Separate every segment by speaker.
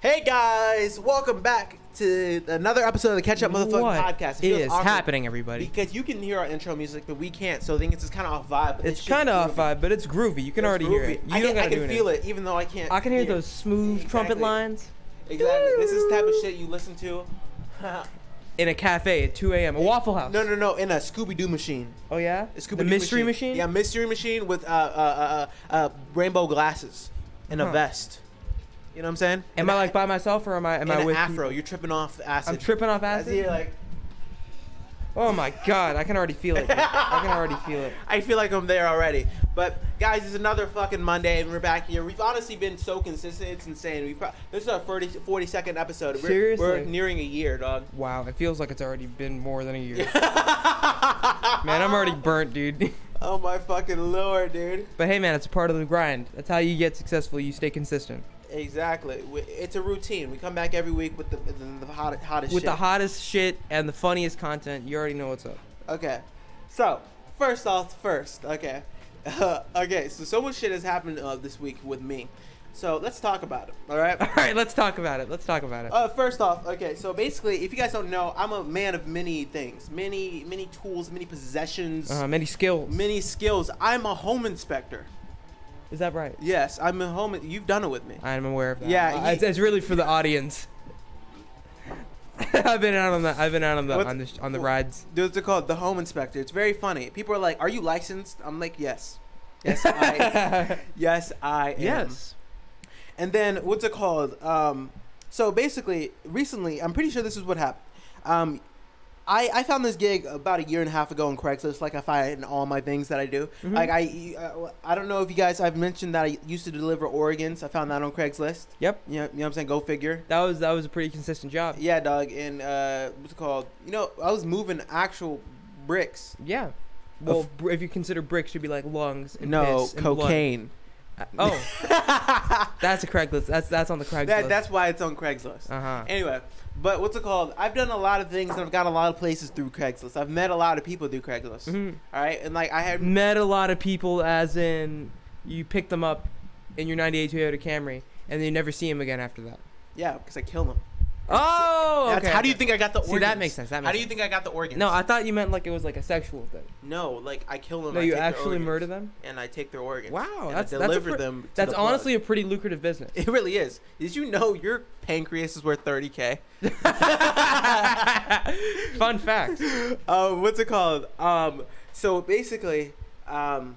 Speaker 1: Hey guys, welcome back to another episode of the Catch Up Motherfucking
Speaker 2: What
Speaker 1: Podcast. It
Speaker 2: is
Speaker 1: feels awkward
Speaker 2: happening, everybody?
Speaker 1: Because you can hear our intro music, but we can't. So I think it's just kind of off vibe. but this
Speaker 2: It's
Speaker 1: shit's
Speaker 2: kind of off
Speaker 1: groovy.
Speaker 2: vibe, but it's groovy. You can
Speaker 1: It's
Speaker 2: already hear
Speaker 1: groovy.
Speaker 2: it. You
Speaker 1: I
Speaker 2: don't
Speaker 1: can,
Speaker 2: gotta
Speaker 1: I can
Speaker 2: do
Speaker 1: feel
Speaker 2: anything.
Speaker 1: it, even though I can't.
Speaker 2: I can hear those smooth trumpet
Speaker 1: Exactly.
Speaker 2: lines
Speaker 1: Exactly. This is the type of shit you listen to.
Speaker 2: in a cafe at 2 a.m. A Waffle House.
Speaker 1: no, no, no. In a Scooby Doo machine.
Speaker 2: Oh yeah.
Speaker 1: A Scooby-Doo
Speaker 2: the mystery machine.
Speaker 1: Yeah, mystery machine with uh, uh, uh, uh, rainbow glasses and a
Speaker 2: Huh.
Speaker 1: vest. You know what I'm saying?
Speaker 2: Am
Speaker 1: And
Speaker 2: I
Speaker 1: a-
Speaker 2: like by myself or am I am
Speaker 1: and
Speaker 2: I
Speaker 1: an
Speaker 2: with
Speaker 1: afro?
Speaker 2: people?
Speaker 1: You're tripping off the acid.
Speaker 2: I'm tripping off
Speaker 1: I see
Speaker 2: acid.
Speaker 1: you like.
Speaker 2: Oh my god, I can already feel it. dude. I can already feel it.
Speaker 1: I feel like I'm there already. But guys, it's another fucking Monday, and we're back here. We've honestly been so consistent; it's insane. We pro- this is our 40, 42nd episode. We're, we're
Speaker 2: Seriously.
Speaker 1: nearing a year, dog.
Speaker 2: Wow, it feels like it's already been more than a year. man, I'm already burnt, dude.
Speaker 1: Oh my fucking lord, dude!
Speaker 2: but hey, man, it's a part of the grind. That's how you get successful. You stay consistent
Speaker 1: Exactly. We- It's a routine. We come back every week with the the, the hot, hottest
Speaker 2: with
Speaker 1: shit.
Speaker 2: the hottest shit and the funniest content. You already know what's up.
Speaker 1: Okay. So, first off, first. Okay. okay, so so much shit has happened uh, this week with me. So, let's talk about it. All right?
Speaker 2: All right, let's talk about it. Let's talk about it.
Speaker 1: Uh, first off, okay, so basically, if you guys don't know, I'm a man of many things, many, many tools, many possessions,
Speaker 2: Uh, many skills.
Speaker 1: many skills. I'm a home inspector.
Speaker 2: Is that right?
Speaker 1: Yes, I'm a home. You've done it with me.
Speaker 2: I'm aware of that.
Speaker 1: Yeah,
Speaker 2: Uh,
Speaker 1: he-
Speaker 2: it's, it's really for the audience. I've been out on the I've been out on the
Speaker 1: What-
Speaker 2: on the, sh- on the rides.
Speaker 1: There's a called the home inspector. It's very funny. People are like, "Are you licensed?" I'm like, "Yes, yes, I, yes, I am."
Speaker 2: yes.
Speaker 1: And then what's it called? Um, so basically, recently, I'm pretty sure this is what happened. Um, I, I found this gig about a year and a half ago on Craigslist. Like I find in all my things that I do.
Speaker 2: Mhm.
Speaker 1: Like I uh, I don't know if you guys I've mentioned that I used to deliver organs. I found that on Craigslist.
Speaker 2: Yep.
Speaker 1: You know, you know what I'm saying? Go figure.
Speaker 2: That was that was a pretty consistent job.
Speaker 1: Yeah, dog. And uh, what's it called? You know, I was moving actual bricks.
Speaker 2: Yeah. Well, br- if you consider bricks, should be like lungs and
Speaker 1: No
Speaker 2: piss and blood.
Speaker 1: cocaine.
Speaker 2: Uh, Oh, that's a Craigslist. That's that's on the Craigslist.
Speaker 1: that, that's why it's on Craigslist.
Speaker 2: uh huh.
Speaker 1: Anyway, but what's it called? I've done a lot of things and I've got a lot of places through Craigslist. I've met a lot of people through Craigslist.
Speaker 2: Mm-hmm.
Speaker 1: All right, and like I have
Speaker 2: Met a lot of people, as in you pick them up in your '98 Toyota Camry, and then you never see them again after that.
Speaker 1: yeah, because I killed them.
Speaker 2: Oh,
Speaker 1: That's,
Speaker 2: okay,
Speaker 1: How do you
Speaker 2: okay.
Speaker 1: think I got the
Speaker 2: See,
Speaker 1: organs?
Speaker 2: that makes sense, that
Speaker 1: how
Speaker 2: makes
Speaker 1: do you think I got the organs?
Speaker 2: No, I thought you meant like it was like a sexual thing.
Speaker 1: no, like I kill them.
Speaker 2: no,
Speaker 1: I
Speaker 2: you
Speaker 1: take their
Speaker 2: actually
Speaker 1: organs,
Speaker 2: murder them.
Speaker 1: and I take their organs.
Speaker 2: Wow,
Speaker 1: and
Speaker 2: that's-
Speaker 1: I
Speaker 2: that's a
Speaker 1: deliver
Speaker 2: pr-
Speaker 1: them. to
Speaker 2: That's
Speaker 1: the blood.
Speaker 2: honestly a pretty lucrative business.
Speaker 1: It really is. Did you know your pancreas is worth thirty k?
Speaker 2: Fun fact.
Speaker 1: um, what's it called? Um, so basically, um,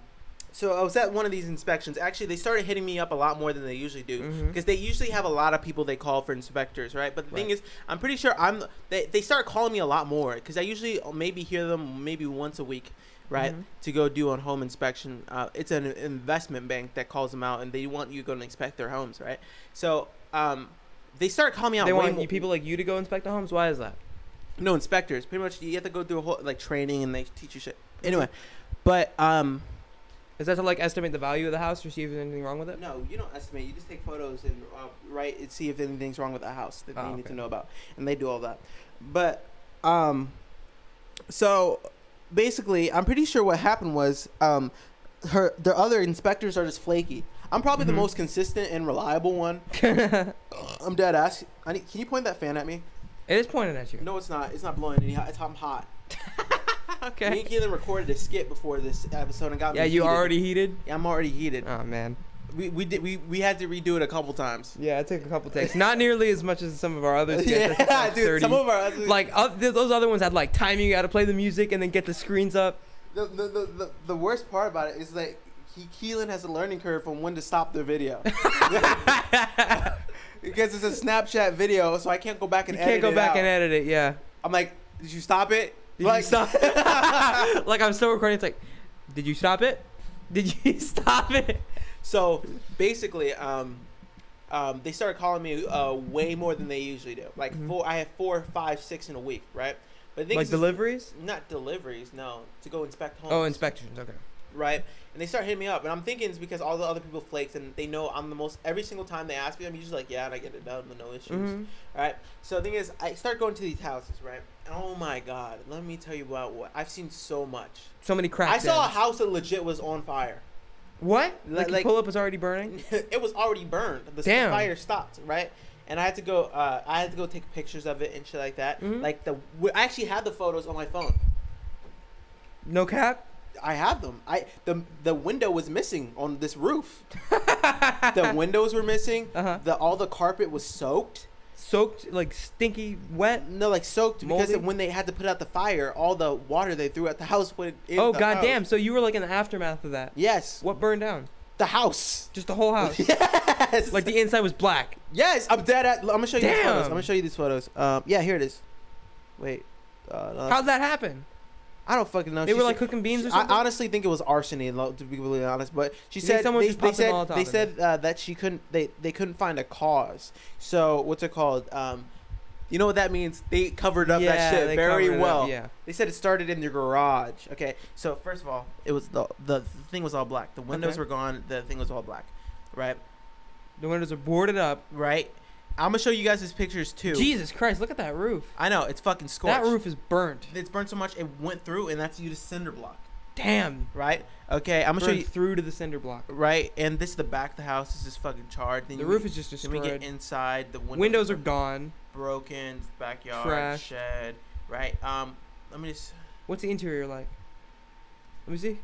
Speaker 1: so I was at one of these inspections. Actually, they started hitting me up a lot more than they usually do
Speaker 2: Mhm.
Speaker 1: because they usually have a lot of people they call for inspectors, right? But the thing
Speaker 2: Right.
Speaker 1: is, I'm pretty sure I'm. They, they start calling me a lot more because I usually maybe hear them maybe once a week. Right
Speaker 2: Mhm.
Speaker 1: to go do on home inspection. Uh, it's an investment bank that calls them out, and they want you to go and inspect their homes, right? So um, they start calling me out.
Speaker 2: They
Speaker 1: way
Speaker 2: want
Speaker 1: more-
Speaker 2: you, people like you to go inspect the homes. Why is that?
Speaker 1: no inspectors pretty much you have to go through a whole like training and they teach you shit anyway but um
Speaker 2: Is that to like estimate the value of the house or see if there's anything wrong with it?
Speaker 1: no you don't estimate you just take photos and uh, write and see if anything's wrong with the house that
Speaker 2: Oh,
Speaker 1: you need
Speaker 2: okay.
Speaker 1: to know about and they do all that but um so basically i'm pretty sure what happened was um her the other inspectors are just flaky i'm probably
Speaker 2: Mhm.
Speaker 1: the most consistent and reliable one i'm dead ass I need, can you point that fan at me
Speaker 2: it is pointed at you.
Speaker 1: no it's not it's not blowing any it's i'm hot Me
Speaker 2: Okay.
Speaker 1: and Keelan recorded a skit before this episode and got
Speaker 2: Yeah,
Speaker 1: me
Speaker 2: you
Speaker 1: heated.
Speaker 2: already heated.
Speaker 1: Yeah, I'm already heated.
Speaker 2: Oh man.
Speaker 1: We we did we, we had to redo it a couple times.
Speaker 2: Yeah, it took a couple takes. Not nearly as much as some of our other skits. I think,
Speaker 1: yeah,
Speaker 2: like,
Speaker 1: dude.
Speaker 2: 30.
Speaker 1: Some of our like
Speaker 2: like oth- th- those other ones had like timing. You got to play the music and then get the screens up.
Speaker 1: the the, the, the the worst part about it is like he Keelan has a learning curve on when to stop the video. because it's a Snapchat video, so I can't go back
Speaker 2: You
Speaker 1: and
Speaker 2: can't
Speaker 1: edit
Speaker 2: go
Speaker 1: it
Speaker 2: back
Speaker 1: out.
Speaker 2: and edit it. Yeah.
Speaker 1: I'm like, did you stop it?
Speaker 2: Did
Speaker 1: like,
Speaker 2: you stop? like I'm still recording. It's like, did you stop it? Did you stop it?
Speaker 1: So basically, um, um, they started calling me uh, way more than they usually do. Like
Speaker 2: Mhm.
Speaker 1: four, I have four, five, six in a week, right? But the thing
Speaker 2: Like
Speaker 1: is-
Speaker 2: deliveries?
Speaker 1: not deliveries, no, to go inspect homes.
Speaker 2: Oh, inspections. Okay.
Speaker 1: right? And they start hitting me up, and I'm thinking it's because all the other people flaked, and they know I'm the most. Every single time they ask me, I'm usually like, yeah, and I get it done with no issues.
Speaker 2: Mhm.
Speaker 1: All right. So the thing is, I start going to these houses, right? And oh my God, let me tell you about what I've seen so much.
Speaker 2: So many cracks.
Speaker 1: I saw a house that legit was on fire.
Speaker 2: What?
Speaker 1: Li-
Speaker 2: Like,
Speaker 1: like-
Speaker 2: the pull up is already burning?
Speaker 1: it was already burned. The
Speaker 2: Damn.
Speaker 1: fire stopped, right? and I had to go. Uh, I had to go take pictures of it and shit like that.
Speaker 2: Mhm.
Speaker 1: Like the, I actually had the photos on my phone.
Speaker 2: No cap.
Speaker 1: I have them. I the the window was missing on this roof. the windows were missing.
Speaker 2: Uh-huh.
Speaker 1: The all the carpet was soaked.
Speaker 2: Soaked, like stinky, wet.
Speaker 1: No, like soaked because
Speaker 2: Moldy?
Speaker 1: when they had to put out the fire, all the water they threw at the house went. In
Speaker 2: Oh
Speaker 1: the
Speaker 2: goddamn!
Speaker 1: house.
Speaker 2: So you were like in the aftermath of that.
Speaker 1: Yes,
Speaker 2: What burned down?
Speaker 1: the house.
Speaker 2: Just the whole house.
Speaker 1: Yes,
Speaker 2: like the inside was black.
Speaker 1: yes. I'm dead at. I'm gonna show you these photos.
Speaker 2: Damn.
Speaker 1: I'm gonna show you these photos. Um, yeah, here it is. Wait, uh, no,
Speaker 2: How'd that happen?
Speaker 1: I don't fucking know.
Speaker 2: They
Speaker 1: Uh, She
Speaker 2: were
Speaker 1: said-
Speaker 2: like cooking beans or
Speaker 1: I
Speaker 2: something.
Speaker 1: honestly think it was arsony, lo- to be completely honest. But she
Speaker 2: You think
Speaker 1: said
Speaker 2: someone
Speaker 1: they,
Speaker 2: just
Speaker 1: they
Speaker 2: popped a
Speaker 1: said
Speaker 2: Molotov
Speaker 1: they
Speaker 2: in
Speaker 1: said uh, that she couldn't they, they couldn't find a cause. So what's it called? Um, you know what that means? They covered up that
Speaker 2: Yeah,
Speaker 1: shit
Speaker 2: they
Speaker 1: very
Speaker 2: covered it up,
Speaker 1: well.
Speaker 2: yeah.
Speaker 1: They said it started in your garage. Okay, so first of all, it was the the, thing was all black. The windows
Speaker 2: Okay.
Speaker 1: were gone. The thing was all black. Right,
Speaker 2: the windows are boarded up.
Speaker 1: right. I'm gonna show you guys these pictures too.
Speaker 2: Jesus Christ! Look at that roof.
Speaker 1: I know it's fucking scorched.
Speaker 2: That roof is burnt.
Speaker 1: It's burned so much it went through, and that's you to cinder block.
Speaker 2: Damn.
Speaker 1: Right. Okay. I'm gonna show
Speaker 2: Burned
Speaker 1: you.
Speaker 2: through to the cinder block.
Speaker 1: Right, and this is the back of the house. This is fucking charred. Then
Speaker 2: The
Speaker 1: you-
Speaker 2: roof is just
Speaker 1: Then we get
Speaker 2: destroyed.
Speaker 1: inside. The windows,
Speaker 2: Windows are gone.
Speaker 1: broken. Backyard
Speaker 2: Trashed.
Speaker 1: shed. Right. Um. Let me just
Speaker 2: What's the interior like? Let me see.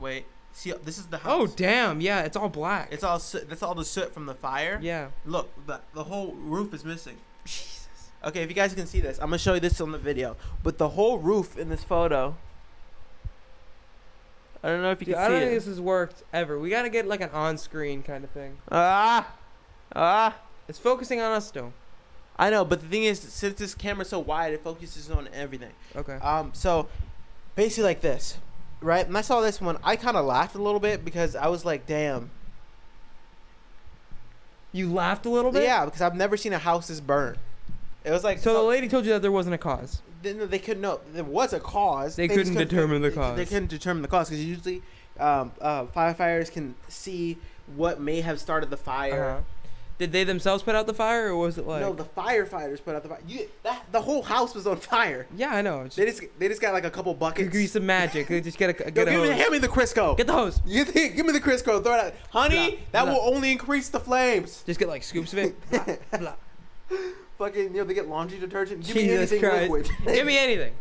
Speaker 1: wait. See, this is the
Speaker 2: Oh
Speaker 1: house.
Speaker 2: damn! Yeah, it's all black.
Speaker 1: It's all soot. That's all the soot from the fire.
Speaker 2: yeah.
Speaker 1: Look, the the whole roof is missing.
Speaker 2: Jesus.
Speaker 1: Okay, if you guys can see this, I'm gonna show you this on the video. But the whole roof in this photo. I don't know if you
Speaker 2: Dude,
Speaker 1: can
Speaker 2: I
Speaker 1: see
Speaker 2: don't
Speaker 1: it.
Speaker 2: think this has worked ever. We gotta get like an on-screen kind of thing.
Speaker 1: Ah, ah.
Speaker 2: It's focusing on us though.
Speaker 1: I know, but the thing is, since this camera's so wide, it focuses on everything.
Speaker 2: Okay.
Speaker 1: Um, so basically like this, right? When I saw this one, I kind of laughed a little bit because I was like, "Damn,
Speaker 2: You laughed a little bit.
Speaker 1: yeah," because I've never seen a house this burned. It was like
Speaker 2: So the lady told you that there wasn't a cause.
Speaker 1: they, no, they couldn't know there was a cause.
Speaker 2: They
Speaker 1: just
Speaker 2: couldn't determine the
Speaker 1: they-
Speaker 2: cause.
Speaker 1: They couldn't determine the cause because usually um, uh, firefighters can see what may have started the fire.
Speaker 2: Uh-huh. Did they themselves put out the fire, or was it like?
Speaker 1: no, the firefighters put out the fire. You, that, the whole house was on fire.
Speaker 2: yeah, I know. It's
Speaker 1: They
Speaker 2: Just
Speaker 1: just they just got like a couple buckets.
Speaker 2: grease some magic. They just get a
Speaker 1: Yo,
Speaker 2: get a
Speaker 1: give me,
Speaker 2: hose.
Speaker 1: hand me the Crisco.
Speaker 2: Get the hose.
Speaker 1: You think, give me the Crisco. Throw it out. Honey,
Speaker 2: Blah,
Speaker 1: that
Speaker 2: blah.
Speaker 1: will only increase the flames.
Speaker 2: Just get like scoops of it. Blah, blah.
Speaker 1: Fucking, you know, they get laundry detergent. Give
Speaker 2: Jesus
Speaker 1: me anything
Speaker 2: Christ.
Speaker 1: liquid.
Speaker 2: Give me anything.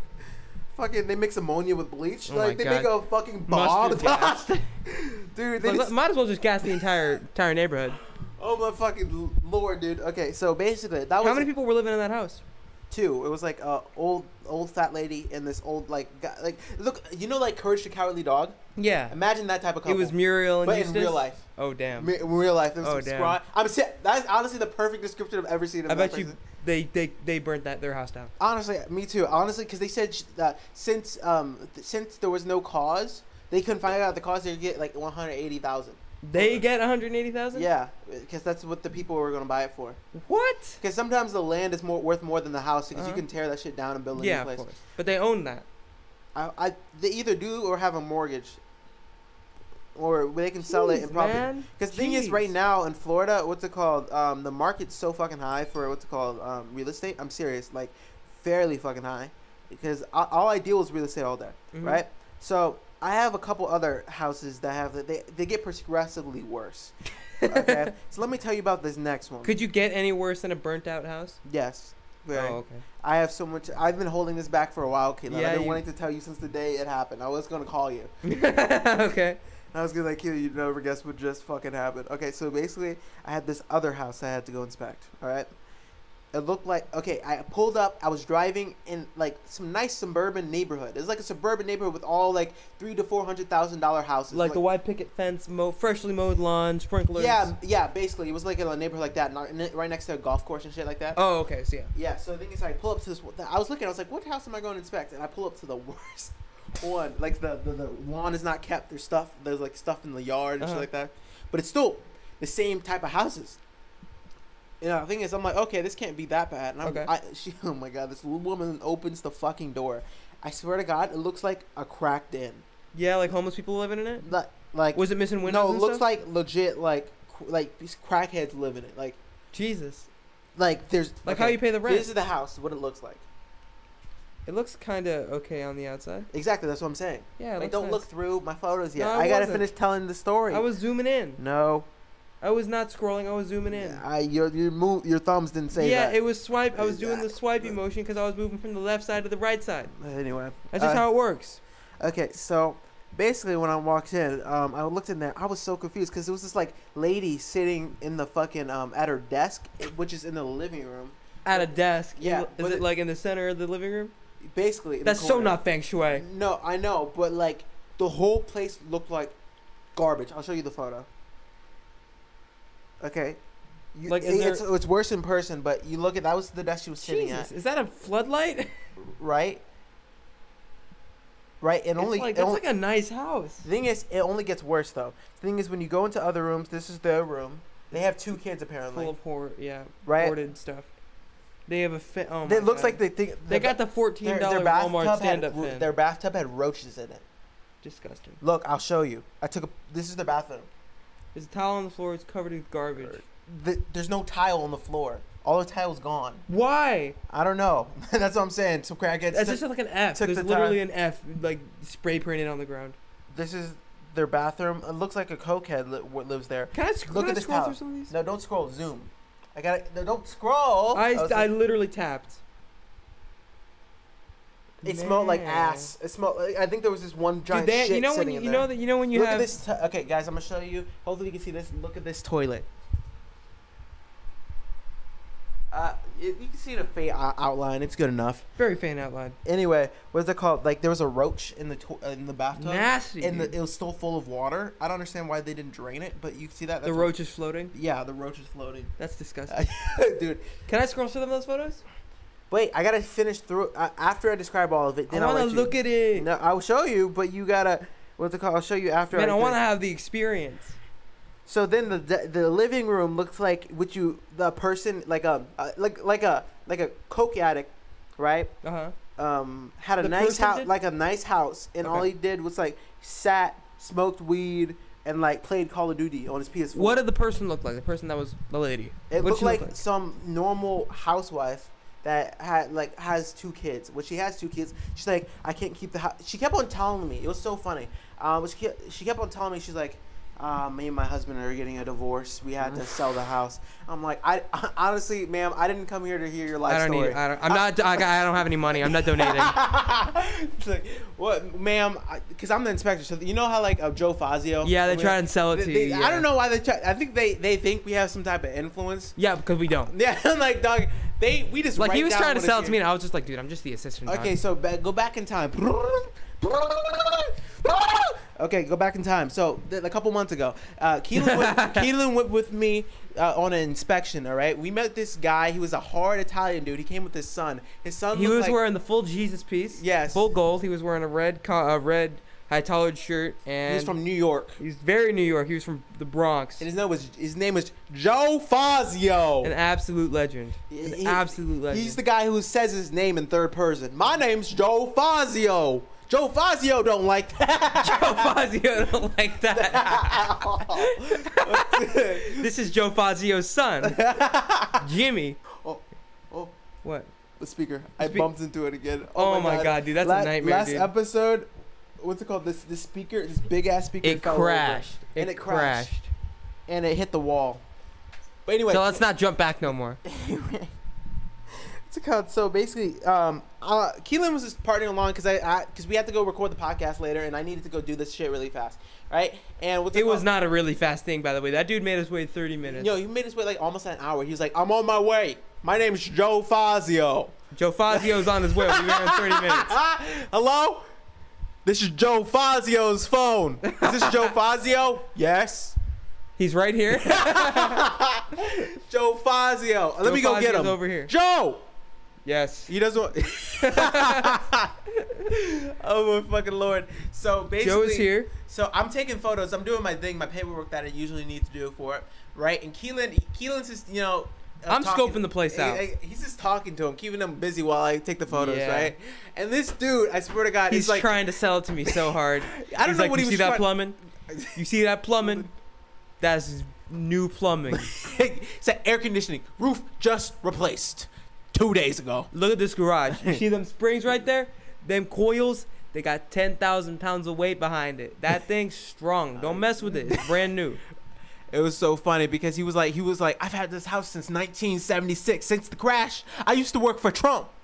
Speaker 1: Fucking, they mix ammonia with bleach.
Speaker 2: Oh my
Speaker 1: like, they make a
Speaker 2: God.
Speaker 1: fucking bomb.
Speaker 2: Mustard gas.
Speaker 1: dude, they
Speaker 2: Like,
Speaker 1: just,
Speaker 2: might as well just gas the entire entire neighborhood.
Speaker 1: oh my fucking lord, dude. Okay, so basically, that was
Speaker 2: How many people were living in that house?
Speaker 1: two. It was like a old, old fat lady and this old, like, guy. Like, look, you know, like Courage the Cowardly Dog?
Speaker 2: Yeah.
Speaker 1: Imagine that type of couple.
Speaker 2: It was Muriel and
Speaker 1: But in
Speaker 2: Eustace.
Speaker 1: real life.
Speaker 2: Oh damn.
Speaker 1: Me- In real life, there was
Speaker 2: Oh,
Speaker 1: some
Speaker 2: damn.
Speaker 1: scrawny- I'm si- that's honestly the perfect description I've ever seen. Of
Speaker 2: I
Speaker 1: that
Speaker 2: bet you
Speaker 1: person.
Speaker 2: they, they they burnt that their house down.
Speaker 1: Honestly, me too. Honestly, because they said sh- that since um th- since there was no cause, they couldn't find out the cause. They get like one hundred eighty thousand.
Speaker 2: They get one hundred eighty thousand.
Speaker 1: Yeah, because that's what the people were gonna buy it for.
Speaker 2: What?
Speaker 1: Because sometimes the land is more worth more than the house because you
Speaker 2: Uh-huh.
Speaker 1: can tear that shit down and build a
Speaker 2: Yeah,
Speaker 1: new
Speaker 2: of
Speaker 1: place.
Speaker 2: course. But they own that.
Speaker 1: I, I they either do or have a mortgage, or they can sell it
Speaker 2: Jeez,
Speaker 1: and probably.
Speaker 2: man.
Speaker 1: Because thing is,
Speaker 2: Jeez.
Speaker 1: right now in Florida, what's it called? Um, the market's so fucking high for what's it called? Um, real estate. I'm serious, like fairly fucking high, because a- all I deal is real estate all day,
Speaker 2: Mhm.
Speaker 1: right? So I have a couple other houses that have that they they get progressively worse. Okay, so let me tell you about this next one.
Speaker 2: Could you get any worse than a burnt out house?
Speaker 1: yes. Very.
Speaker 2: Oh, okay.
Speaker 1: I have so much. I've been holding this back for a while, Caitlin.
Speaker 2: Yeah,
Speaker 1: I've been
Speaker 2: you-
Speaker 1: wanting to tell you since the day it happened. I was gonna call you.
Speaker 2: okay.
Speaker 1: I was gonna like you. You never guess what just fucking happened. Okay, so basically, I had this other house I had to go inspect. All right, it looked like okay. I pulled up. I was driving in like some nice suburban neighborhood. It's like a suburban neighborhood with all like three to four hundred thousand dollar houses.
Speaker 2: Like the white picket fence, mo- freshly mowed lawn, sprinklers.
Speaker 1: yeah, yeah. Basically, it was like in a neighborhood like that, not- n- right next to a golf course and shit like that.
Speaker 2: Oh, okay. So yeah.
Speaker 1: Yeah, so the thing is, I pull up to this. I was looking. I was like, "What house am I going to inspect?" And I pull up to the worst one. Like the, the, the lawn is not kept. There's stuff. There's like stuff in the yard and shit
Speaker 2: Uh-huh.
Speaker 1: like that. But it's still the same type of houses. And the thing is, I'm like, okay, this can't be that bad. And I'm,
Speaker 2: Okay.
Speaker 1: I, she, oh my god, this little woman opens the fucking door. I swear to God, it looks like a cracked in.
Speaker 2: Yeah, like homeless people living in it.
Speaker 1: Like, like
Speaker 2: Was it missing windows?
Speaker 1: no, it
Speaker 2: and
Speaker 1: looks
Speaker 2: stuff?
Speaker 1: like legit, like cr- like these crackheads live in it. Like,
Speaker 2: Jesus.
Speaker 1: like there's
Speaker 2: Like how you pay the rent.
Speaker 1: This is the house. What it looks like.
Speaker 2: It looks kind of okay on the outside.
Speaker 1: Exactly, that's what I'm saying.
Speaker 2: Yeah. It
Speaker 1: Like,
Speaker 2: looks
Speaker 1: don't
Speaker 2: nice.
Speaker 1: look through my photos yet.
Speaker 2: No, I
Speaker 1: I gotta
Speaker 2: wasn't.
Speaker 1: finish telling the story.
Speaker 2: I was zooming in.
Speaker 1: no,
Speaker 2: I was not scrolling. I was zooming in. Yeah,
Speaker 1: I your your move your thumbs didn't say that.
Speaker 2: it was swipe. I was doing the swipey motion because I was moving from the left side to the right side.
Speaker 1: anyway,
Speaker 2: That's just
Speaker 1: uh,
Speaker 2: how it works.
Speaker 1: Okay, so basically, when I walked in, um, I looked in there. I was so confused because there was this like lady sitting in the fucking um, at her desk, which is in the living room.
Speaker 2: At a desk. you
Speaker 1: Yeah,
Speaker 2: l- Is
Speaker 1: but
Speaker 2: it,
Speaker 1: it-
Speaker 2: like in the center of the living room?
Speaker 1: Basically, in the
Speaker 2: That's so
Speaker 1: corner.
Speaker 2: not feng shui.
Speaker 1: No, I know, but like the whole place looked like garbage. I'll show you the photo. Okay. You,
Speaker 2: Like,
Speaker 1: like
Speaker 2: is
Speaker 1: it's it's worse in person, but you look at that was the desk she was sitting
Speaker 2: Jesus,
Speaker 1: at,
Speaker 2: is that a floodlight?
Speaker 1: right? Right, and only
Speaker 2: it's like,
Speaker 1: it
Speaker 2: that's
Speaker 1: on-
Speaker 2: like a nice house.
Speaker 1: The thing is, it only gets worse though. The thing is, when you go into other rooms, this is their room. They have two kids apparently,
Speaker 2: Full of horror, yeah,
Speaker 1: right?
Speaker 2: hoarded stuff. They have a fa- oh my
Speaker 1: it looks
Speaker 2: God.
Speaker 1: like they think
Speaker 2: they got the fourteen
Speaker 1: their,
Speaker 2: dollar
Speaker 1: their
Speaker 2: Walmart
Speaker 1: bathtub
Speaker 2: stand up
Speaker 1: had
Speaker 2: fan.
Speaker 1: their bathtub had roaches in it.
Speaker 2: Disgusting.
Speaker 1: Look, I'll show you. I took a. This is their bathroom.
Speaker 2: There's a towel on the floor. It's covered with garbage.
Speaker 1: The, there's no tile on the floor. All the tile's gone.
Speaker 2: Why?
Speaker 1: I don't know. That's what I'm saying. So crackheads.
Speaker 2: That's
Speaker 1: took-
Speaker 2: just like an F.
Speaker 1: took
Speaker 2: There's
Speaker 1: the
Speaker 2: literally an F like spray painted on the ground.
Speaker 1: this is their bathroom. It looks like a cokehead li- what lives there.
Speaker 2: Can I, sc-
Speaker 1: Look at
Speaker 2: can I
Speaker 1: this
Speaker 2: scroll
Speaker 1: towel.
Speaker 2: through some of these?
Speaker 1: No, don't scroll. Zoom. I got it. No, don't scroll.
Speaker 2: I,
Speaker 1: was
Speaker 2: I
Speaker 1: like-
Speaker 2: literally tapped.
Speaker 1: it smelled like
Speaker 2: Man.
Speaker 1: ass. It smelled. I think there was this one
Speaker 2: Dude,
Speaker 1: giant
Speaker 2: they,
Speaker 1: shit
Speaker 2: you know when
Speaker 1: sitting
Speaker 2: you,
Speaker 1: in
Speaker 2: you
Speaker 1: there.
Speaker 2: know that you know when you
Speaker 1: Look
Speaker 2: have
Speaker 1: at this. T- okay, guys, I'm gonna show you. Hopefully, you can see this. Look at this toilet. Uh, you you can see the faint o- outline. It's good enough.
Speaker 2: very faint outline.
Speaker 1: Anyway, what's it called? Like there was a roach in the to- in the bathtub,
Speaker 2: Nasty.
Speaker 1: and the,
Speaker 2: dude.
Speaker 1: it was still full of water. I don't understand why they didn't drain it, but you can see that.
Speaker 2: the
Speaker 1: That's-
Speaker 2: roach is floating.
Speaker 1: Yeah, the roach is floating.
Speaker 2: That's disgusting.
Speaker 1: Dude,
Speaker 2: Can I scroll through some of those photos?
Speaker 1: wait, I gotta finish through. Uh, after I describe all of it, then
Speaker 2: I
Speaker 1: I'll
Speaker 2: want
Speaker 1: let
Speaker 2: to
Speaker 1: you-
Speaker 2: look at it.
Speaker 1: No, I'll show you, but you gotta. What's it called? I'll show you after.
Speaker 2: Man, I
Speaker 1: finish.
Speaker 2: want to have the experience.
Speaker 1: So then the, the the living room looks like what you the person like a uh, like like a like a coke addict, right?
Speaker 2: Uh huh.
Speaker 1: Um, had a
Speaker 2: The
Speaker 1: nice
Speaker 2: person
Speaker 1: house,
Speaker 2: did?
Speaker 1: like a nice house, and all
Speaker 2: Okay.
Speaker 1: he did was like sat, smoked weed, and like played Call of Duty on his PS4.
Speaker 2: What did the person look like? The person that was the lady.
Speaker 1: it
Speaker 2: What'd
Speaker 1: looked
Speaker 2: she
Speaker 1: like,
Speaker 2: look
Speaker 1: some normal housewife that had like has two kids. When she has two kids, she's like, I can't keep the house. She kept on telling me it was so funny. Um, she kept, she kept on telling me she's like, uh, me and my husband are getting a divorce. We
Speaker 2: Mm.
Speaker 1: had to sell the house. I'm like, I, honestly, ma'am, I didn't come here to hear your life
Speaker 2: I don't
Speaker 1: story.
Speaker 2: need. I don't, I'm not. I, got- I don't have any money. I'm not donating.
Speaker 1: It's like, what, ma'am? Because I'm the inspector. So you know how like uh, Joe Fazio.
Speaker 2: yeah, they
Speaker 1: we-
Speaker 2: try and sell it
Speaker 1: they-
Speaker 2: to
Speaker 1: they-
Speaker 2: you.
Speaker 1: I don't know why they try. I think they they think we have some type of influence.
Speaker 2: Yeah, because we don't.
Speaker 1: Yeah, I'm like dog. They we just
Speaker 2: Like he
Speaker 1: write
Speaker 2: was
Speaker 1: down
Speaker 2: trying to
Speaker 1: what
Speaker 2: sell it
Speaker 1: it's
Speaker 2: to me, and I was just like, dude, I'm just the assistant.
Speaker 1: in. Okay, so ba- go back in time. Okay, go back in time. So th- a couple months ago, uh, Keelan, went, Keelan went with me uh, on an inspection. All right, we met this guy. He was a hard Italian dude. He came with his son. His son.
Speaker 2: He
Speaker 1: looked
Speaker 2: was
Speaker 1: like,
Speaker 2: wearing the full Jesus piece.
Speaker 1: Yes.
Speaker 2: Full gold. He was wearing a red, co- a red high collared shirt, and
Speaker 1: He was from New York,
Speaker 2: he's very New York. He was from the Bronx.
Speaker 1: and his name was his name was Joe Fazio.
Speaker 2: An absolute legend. An
Speaker 1: He-
Speaker 2: absolute legend.
Speaker 1: He's the guy who says his name in third person. My name's Joe Fazio. Joe Fazio don't like that.
Speaker 2: Joe Fazio don't like that. this is Joe Fazio's son, Jimmy.
Speaker 1: oh, oh,
Speaker 2: What?
Speaker 1: the speaker. I
Speaker 2: Spe-
Speaker 1: bumped into it again.
Speaker 2: Oh my God, dude, that's a nightmare,
Speaker 1: Last
Speaker 2: dude.
Speaker 1: episode, what's it called? This this speaker, this big ass speaker.
Speaker 2: It
Speaker 1: fell over.
Speaker 2: crashed. It,
Speaker 1: And it crashed.
Speaker 2: crashed.
Speaker 1: and it hit the wall. But anyway,
Speaker 2: So let's not jump back no more.
Speaker 1: It's a cut. So basically, um, uh, Keelan was just partying along because I because we had to go record the podcast later, and I needed to go do this shit really fast, right? And what's
Speaker 2: It was
Speaker 1: called?
Speaker 2: not a really fast thing, by the way. That dude made us wait 30 minutes.
Speaker 1: Yo, he made his way like almost an hour. He was like, "I'm on my way. My name's Joe Fazio."
Speaker 2: Joe Fazio's on his way. We were in 30 minutes.
Speaker 1: Ah, hello. This is Joe Fazio's phone. Is this Joe Fazio? Yes.
Speaker 2: He's right here.
Speaker 1: Joe Fazio. Let
Speaker 2: Joe
Speaker 1: me go get
Speaker 2: Fazio's
Speaker 1: him.
Speaker 2: over here.
Speaker 1: Joe.
Speaker 2: yes.
Speaker 1: He doesn't. Want... oh my fucking lord! So basically,
Speaker 2: Joe is here.
Speaker 1: So I'm taking photos. I'm doing my thing, my paperwork that I usually need to do for it, right? And Keelan, Keelan's just you know. uh,
Speaker 2: I'm scoping the place out.
Speaker 1: he- he's just talking to him, keeping him busy while I take the photos,
Speaker 2: Yeah.
Speaker 1: right? And this dude, I swear to God,
Speaker 2: He's
Speaker 1: he's like,
Speaker 2: trying to sell it to me so hard.
Speaker 1: I don't
Speaker 2: He's
Speaker 1: know
Speaker 2: like,
Speaker 1: what
Speaker 2: you
Speaker 1: he was
Speaker 2: see that
Speaker 1: trying-
Speaker 2: plumbing? You see that plumbing? That's new plumbing.
Speaker 1: it's like air conditioning roof just replaced two days ago.
Speaker 2: Look at this garage. You see them springs right there? Them coils? They got 10,000 pounds of weight behind it. That thing's strong. Don't mess with it. It's brand new.
Speaker 3: It was so funny because he was like, he was like, I've had this house since 1976, since the crash. I used to work for Trump.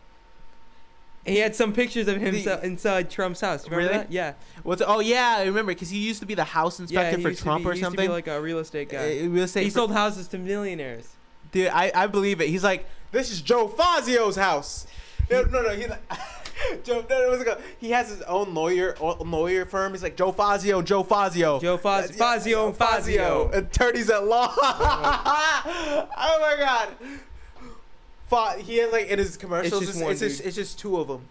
Speaker 2: He had some pictures of him
Speaker 3: The-
Speaker 2: inside Trump's house. You remember
Speaker 3: Really?
Speaker 2: that? Yeah.
Speaker 3: What's? Oh yeah, I remember because he used to be the house
Speaker 2: Yeah.
Speaker 3: inspector
Speaker 2: he
Speaker 3: for
Speaker 2: used to
Speaker 3: Trump
Speaker 2: be-
Speaker 3: or
Speaker 2: he used to be
Speaker 3: something.
Speaker 2: like a real estate guy.
Speaker 3: Uh, real estate
Speaker 2: he
Speaker 3: for-
Speaker 2: sold houses to millionaires.
Speaker 3: Dude, I, I believe it. He's like, this is Joe Fazio's house. No, no, no. He's like, Joe, no, no, what's it called? He has his own lawyer o- lawyer firm. He's like Joe Fazio, Joe Fazio,
Speaker 2: Joe Faz-
Speaker 3: Uh,
Speaker 2: Fazio and Fazio.
Speaker 3: attorneys at law. oh my god. Fa- he has like in his commercials.
Speaker 2: just
Speaker 3: It's just,
Speaker 2: one
Speaker 3: it's, just
Speaker 2: dude.
Speaker 3: it's just two of them.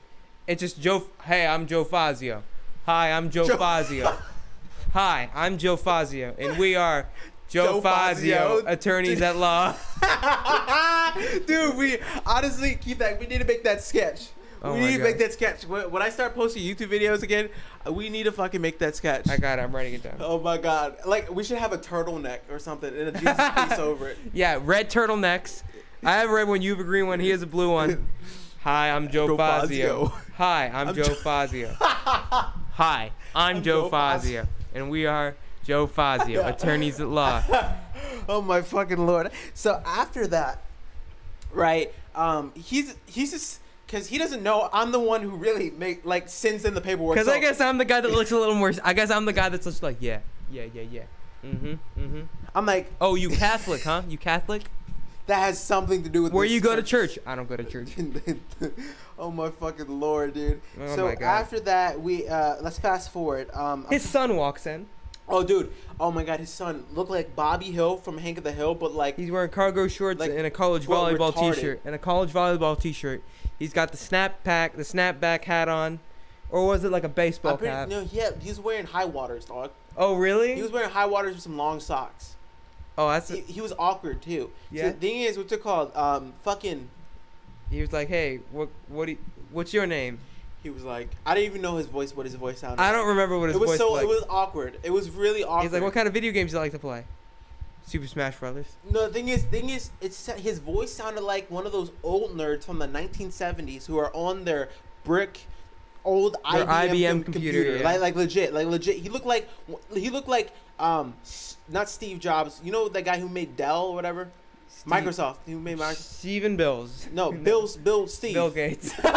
Speaker 2: It's just Joe. Hey, I'm Joe Fazio. Hi, I'm Joe,
Speaker 3: Joe-
Speaker 2: Fazio. Hi, I'm Joe Fazio, and we are Joe,
Speaker 3: Joe
Speaker 2: Fazio,
Speaker 3: Fazio.
Speaker 2: attorneys at law.
Speaker 3: Dude, we honestly keep that. We need to make that sketch.
Speaker 2: Oh
Speaker 3: we
Speaker 2: my
Speaker 3: need to
Speaker 2: God.
Speaker 3: make that sketch. When, when I start posting YouTube videos again, we need to fucking make that sketch.
Speaker 2: I got it. I'm writing it down.
Speaker 3: Oh my god! Like we should have a turtleneck or something and a Jesus piece over it.
Speaker 2: Yeah, red turtlenecks. I have a red one. You have a green one. He has a blue one. Hi, I'm Joe,
Speaker 3: Joe
Speaker 2: Fazio.
Speaker 3: Fazio.
Speaker 2: Hi, I'm, Joe Fazio. Hi, I'm, Joe,
Speaker 3: Joe
Speaker 2: Fazio.
Speaker 3: Fazio.
Speaker 2: and we are Joe Fazio, attorneys at law.
Speaker 3: Oh my fucking lord!
Speaker 1: So after that, right? Um, he's he's just because he doesn't know I'm the one who really make like sends in the paperwork.
Speaker 2: Because
Speaker 1: So-
Speaker 2: I guess I'm the guy that looks a little more. I guess I'm the guy that's just like, yeah, yeah, yeah, yeah. Mm-hmm. Mm-hmm.
Speaker 1: I'm like
Speaker 2: Oh, you Catholic, huh? You Catholic?
Speaker 1: that has something to do with
Speaker 2: Where
Speaker 1: this
Speaker 2: you go to
Speaker 1: stuff.
Speaker 2: church? I don't go to church.
Speaker 1: oh my fucking lord, dude!
Speaker 2: Oh
Speaker 1: so
Speaker 2: my God.
Speaker 1: after that, we uh, let's fast forward. Um,
Speaker 2: His son walks in.
Speaker 1: oh dude, oh my god, his son looked like Bobby Hill from Hank of the Hill, but like
Speaker 2: He's wearing cargo shorts
Speaker 1: Like,
Speaker 2: and a college
Speaker 1: well,
Speaker 2: volleyball
Speaker 1: retarded.
Speaker 2: t-shirt. And a college volleyball t-shirt. He's got the snap pack, the snapback hat on, or was it like a baseball
Speaker 1: I'm pretty,
Speaker 2: cap?
Speaker 1: no, yeah, he's wearing high waters, dog.
Speaker 2: Oh really?
Speaker 1: He was wearing high waters with some long socks.
Speaker 2: oh, that's.
Speaker 1: He, he was awkward too.
Speaker 2: Yeah.
Speaker 1: Yeah. the thing is, what's it called? Um, fucking.
Speaker 2: he was like, hey, what, what, do you, what's your name?
Speaker 1: He was like, I didn't even know his voice. What his voice sounded.
Speaker 2: I
Speaker 1: like.
Speaker 2: don't remember what his
Speaker 1: It was
Speaker 2: voice
Speaker 1: so.
Speaker 2: like.
Speaker 1: It was awkward. It was really awkward.
Speaker 2: He's like, what kind of video games do you like to play? Super Smash Brothers.
Speaker 1: No, the thing is, thing is, it's his voice sounded like one of those old nerds from the 1970s who are on their brick old
Speaker 2: Their
Speaker 1: IBM,
Speaker 2: IBM
Speaker 1: com-
Speaker 2: computer,
Speaker 1: computer,
Speaker 2: yeah.
Speaker 1: like like legit, like legit. He looked like he looked like um s- not Steve Jobs, you know that guy who made Dell or whatever, Microsoft, who made Microsoft.
Speaker 2: Steven Bills.
Speaker 1: No, Bill Bill Steve.
Speaker 2: Bill Gates.
Speaker 1: Bill,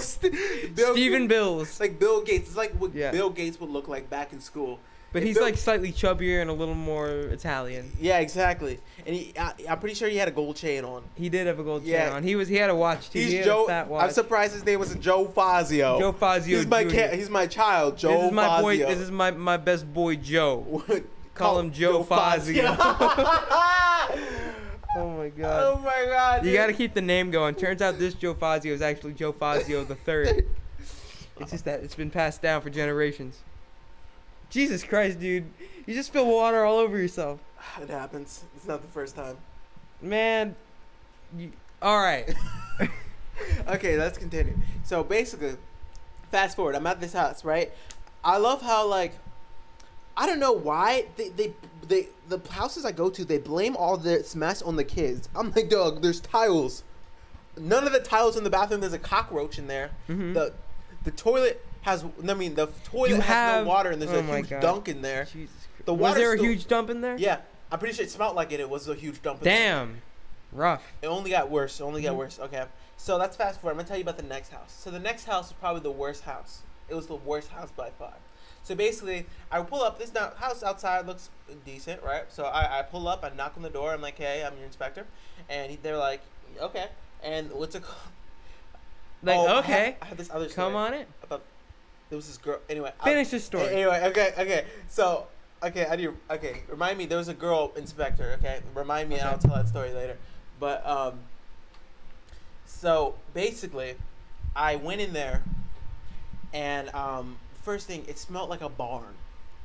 Speaker 1: St- Bill
Speaker 2: Steven Bills.
Speaker 1: It's like Bill Gates. It's like what
Speaker 2: Yeah.
Speaker 1: Bill Gates would look like back in school.
Speaker 2: But
Speaker 1: And
Speaker 2: he's
Speaker 1: Bill-
Speaker 2: like slightly chubbier and a little more Italian.
Speaker 1: yeah, exactly. And he, I, I'm pretty sure he had a gold chain on.
Speaker 2: He did have a gold chain
Speaker 1: Yeah.
Speaker 2: on. He was he had a watch too. he
Speaker 1: He's
Speaker 2: had
Speaker 1: Joe.
Speaker 2: a fat watch.
Speaker 1: I'm surprised his name was Joe Fazio.
Speaker 2: Joe Fazio.
Speaker 1: He's my
Speaker 2: Jr..
Speaker 1: ca- he's my child, Joe
Speaker 2: this is my boy.
Speaker 1: Fazio.
Speaker 2: This is my, my best boy Joe. Call him Joe Fazio. Oh my
Speaker 1: oh
Speaker 2: god.
Speaker 1: my god!
Speaker 2: You
Speaker 1: dude.
Speaker 2: gotta keep the name going. Turns out this Joe Fazio is actually Joe Fazio the third. It's just that it's been passed down for generations. Jesus Christ, dude. You just spill water all over yourself.
Speaker 1: It happens. It's not the first time.
Speaker 2: Man. You, all right.
Speaker 1: Okay, let's continue. So basically, fast forward. I'm at this house, right? I love how like I don't know why they they, they the houses I go to they blame all this mess on the kids. I'm like, dog, there's tiles. None of the tiles in the bathroom. There's a cockroach in there.
Speaker 2: Mhm.
Speaker 1: The the toilet has. I mean, the toilet
Speaker 2: You
Speaker 1: has
Speaker 2: have-
Speaker 1: no water, and there's
Speaker 2: oh
Speaker 1: a
Speaker 2: my
Speaker 1: huge
Speaker 2: God.
Speaker 1: dunk in there.
Speaker 2: Jesus Christ.
Speaker 1: The
Speaker 2: Was
Speaker 1: water's
Speaker 2: there a
Speaker 1: still-
Speaker 2: huge dump in there?
Speaker 1: Yeah, I'm pretty sure it smelled like it. It was a huge dump. in there.
Speaker 2: Damn. Rough.
Speaker 1: It only got worse. It
Speaker 2: Mm-hmm.
Speaker 1: only got worse. Okay. So that's fast forward. I'm gonna tell you about the next house. So the next house was probably the worst house. It was the worst house by far. So basically, I pull up. This now house outside looks decent, right? So I, I pull up. I knock on the door. I'm like, hey, I'm your inspector, and they're like, okay. And what's it called?
Speaker 2: Like,
Speaker 1: Oh, I have-
Speaker 2: okay.
Speaker 1: I have this other.
Speaker 2: Come
Speaker 1: story
Speaker 2: on it.
Speaker 1: About there was this girl. Anyway, I'll-
Speaker 2: Finish the story.
Speaker 1: a- Anyway, okay, okay. So, okay, I need. Okay, remind me. There was a girl inspector. Okay, remind me, and I'll
Speaker 2: Okay.
Speaker 1: tell that story later. But um, so basically, I went in there, and um, first thing, it smelled like a barn,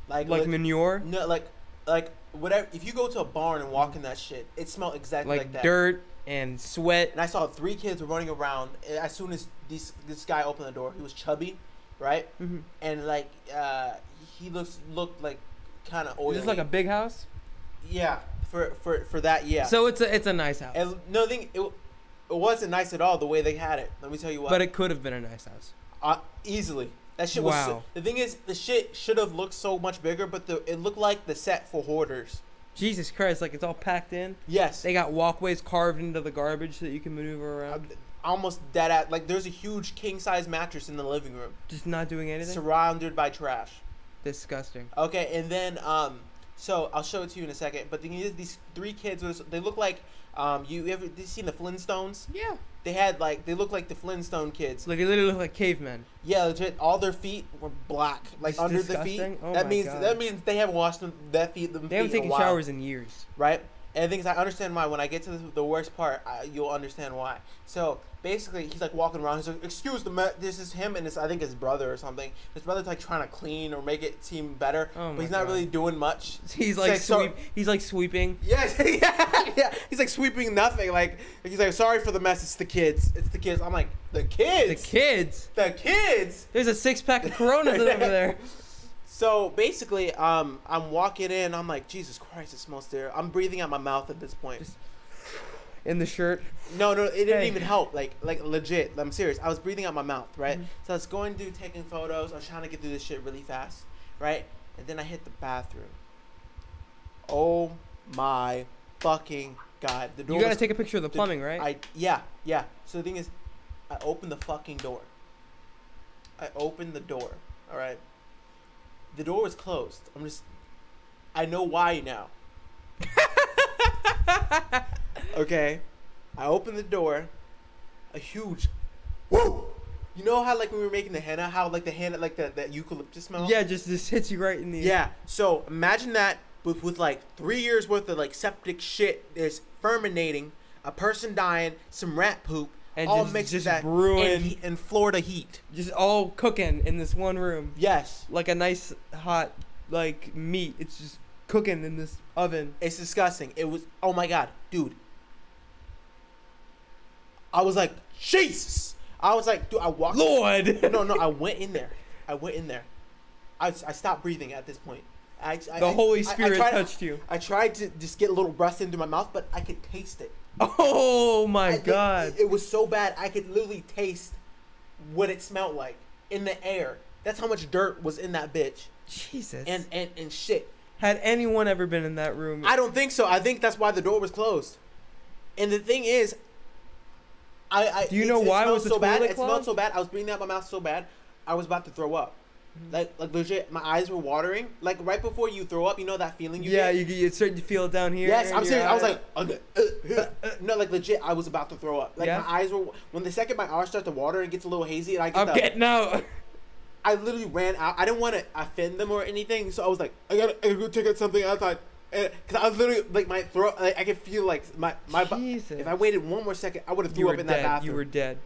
Speaker 1: like
Speaker 2: like
Speaker 1: lit-
Speaker 2: manure,
Speaker 1: no, like like whatever. If you go to a barn and walk in that shit, it smelled exactly like,
Speaker 2: like,
Speaker 1: that.
Speaker 2: dirt and sweat.
Speaker 1: And I saw three kids were running around as soon as this this guy opened the door. He was chubby, right?
Speaker 2: Mhm.
Speaker 1: and like uh, he looks looked like kind of
Speaker 2: Is
Speaker 1: oily.
Speaker 2: this like a big house?
Speaker 1: yeah for for for that yeah.
Speaker 2: So it's a it's a nice house,
Speaker 1: and no thing it, it wasn't nice at all the way they had it. Let me tell you what.
Speaker 2: but it could have been a nice house.
Speaker 1: uh, easily That shit was. so-
Speaker 2: Wow.
Speaker 1: the thing is, the shit should have looked so much bigger, but the, it looked like the set for hoarders.
Speaker 2: Jesus Christ, like it's all packed in.
Speaker 1: Yes.
Speaker 2: They got walkways carved into the garbage so that you can maneuver
Speaker 1: I'm
Speaker 2: around.
Speaker 1: almost dead at like there's a huge king size mattress in the living room,
Speaker 2: Just not doing anything.
Speaker 1: surrounded by trash.
Speaker 2: Disgusting.
Speaker 1: Okay, and then um, so I'll show it to you in a second. But the thing is, these three kids was they look like um, you ever you seen the Flintstones?
Speaker 2: Yeah.
Speaker 1: They had like they look like the Flintstone kids.
Speaker 2: Like they literally look like cavemen.
Speaker 1: Yeah, legit. All their feet were black, like
Speaker 2: It's
Speaker 1: under the feet.
Speaker 2: disgusting. Oh
Speaker 1: that
Speaker 2: my
Speaker 1: means
Speaker 2: God.
Speaker 1: that means they haven't washed them, that feet them
Speaker 2: They
Speaker 1: feet
Speaker 2: haven't
Speaker 1: in a
Speaker 2: taken
Speaker 1: while,
Speaker 2: showers in years.
Speaker 1: right? And the thing is, I understand why. When I get to the, the worst part, I, you'll understand why. So basically, he's like walking around. He's like, "Excuse the ma-" this is him and it's I think his brother or something. His brother's like trying to clean or make it seem better,
Speaker 2: Oh
Speaker 1: but
Speaker 2: my
Speaker 1: he's not
Speaker 2: God.
Speaker 1: really doing much.
Speaker 2: He's like,
Speaker 1: like, so-
Speaker 2: sweep, he's like sweeping.
Speaker 1: Yes, yeah, yeah. He's like sweeping nothing. Like he's like, sorry for the mess. It's the kids. It's the kids. I'm like, the
Speaker 2: The
Speaker 1: kids.
Speaker 2: kids.
Speaker 1: The kids.
Speaker 2: There's a six pack of Coronas over there.
Speaker 1: So basically, um, I'm walking in. I'm like, Jesus Christ, it smells there. I'm breathing out my mouth at this point.
Speaker 2: Just- In the shirt.
Speaker 1: No, no, it didn't
Speaker 2: Hey.
Speaker 1: even help. Like, like legit. I'm serious. I was breathing out my mouth, right?
Speaker 2: Mm-hmm.
Speaker 1: So I was going through taking photos. I was trying to get through this shit really fast, right? And then I hit the bathroom. Oh my fucking god! The door.
Speaker 2: You gotta
Speaker 1: was
Speaker 2: take a picture of the plumbing, right?
Speaker 1: I yeah yeah. So the thing is, I opened the fucking door. I opened the door. All right. The door was closed. I'm just. I know why now. okay. I opened the door. A huge. Whoa. You know how like when we were making the henna, how like the henna, like the that eucalyptus smell.
Speaker 2: yeah, just just hits you right in the.
Speaker 1: Yeah. So imagine that with, with like three years worth of like septic shit is ferminating, a person dying, some rat poop,
Speaker 2: And
Speaker 1: all
Speaker 2: just-
Speaker 1: mixed
Speaker 2: just
Speaker 1: with that
Speaker 2: ruin-
Speaker 1: and, he- and Florida heat.
Speaker 2: Just all cooking in this one room.
Speaker 1: Yes.
Speaker 2: Like a nice hot like meat. It's just cooking in this oven.
Speaker 1: It's disgusting. It was oh my god, dude. I was like, Jesus. I was like, dude, I walked
Speaker 2: Lord.
Speaker 1: No, no, I went in there. I went in there. I, I stopped breathing at this point. I, I,
Speaker 2: The Holy
Speaker 1: I- I
Speaker 2: Spirit
Speaker 1: tried-
Speaker 2: touched you.
Speaker 1: I tried to just get a little breath into my mouth, but I could taste it.
Speaker 2: Oh my
Speaker 1: I think
Speaker 2: god.
Speaker 1: It, it was so bad I could literally taste what it smelled like in the air. That's how much dirt was in that bitch.
Speaker 2: Jesus.
Speaker 1: And and, and shit.
Speaker 2: had anyone ever been in that room?
Speaker 1: I don't think so. I think that's why the door was closed. And the thing is, I, I
Speaker 2: Do you
Speaker 1: it-
Speaker 2: know
Speaker 1: it
Speaker 2: why
Speaker 1: smelled
Speaker 2: was the
Speaker 1: so bad?
Speaker 2: toilet
Speaker 1: It smelled
Speaker 2: clogged?
Speaker 1: so bad. I was breathing out my mouth so bad, I was about to throw up.
Speaker 2: Mm-hmm.
Speaker 1: Like like legit, my eyes were watering. Like right before you throw up, you know that feeling you
Speaker 2: yeah,
Speaker 1: get.
Speaker 2: you you start to feel it down here.
Speaker 1: Yes,
Speaker 2: in
Speaker 1: I'm
Speaker 2: your
Speaker 1: serious. I was
Speaker 2: eye.
Speaker 1: like, uh, uh, uh, uh, no, like legit. I was about to throw up. Like
Speaker 2: Yeah?
Speaker 1: my eyes were. When the second my eyes start to water and it gets a little hazy, and I get
Speaker 2: I'm
Speaker 1: the,
Speaker 2: getting out.
Speaker 1: I literally ran out. I didn't want to offend them or anything, so I was like, I gotta, I gotta go take out something outside. Because I was literally like my throat. Like, I could feel like my my. bu-
Speaker 2: Jesus.
Speaker 1: If I waited one more second, I would have
Speaker 2: You
Speaker 1: threw
Speaker 2: were
Speaker 1: up in that
Speaker 2: dead.
Speaker 1: bathroom.
Speaker 2: You were dead.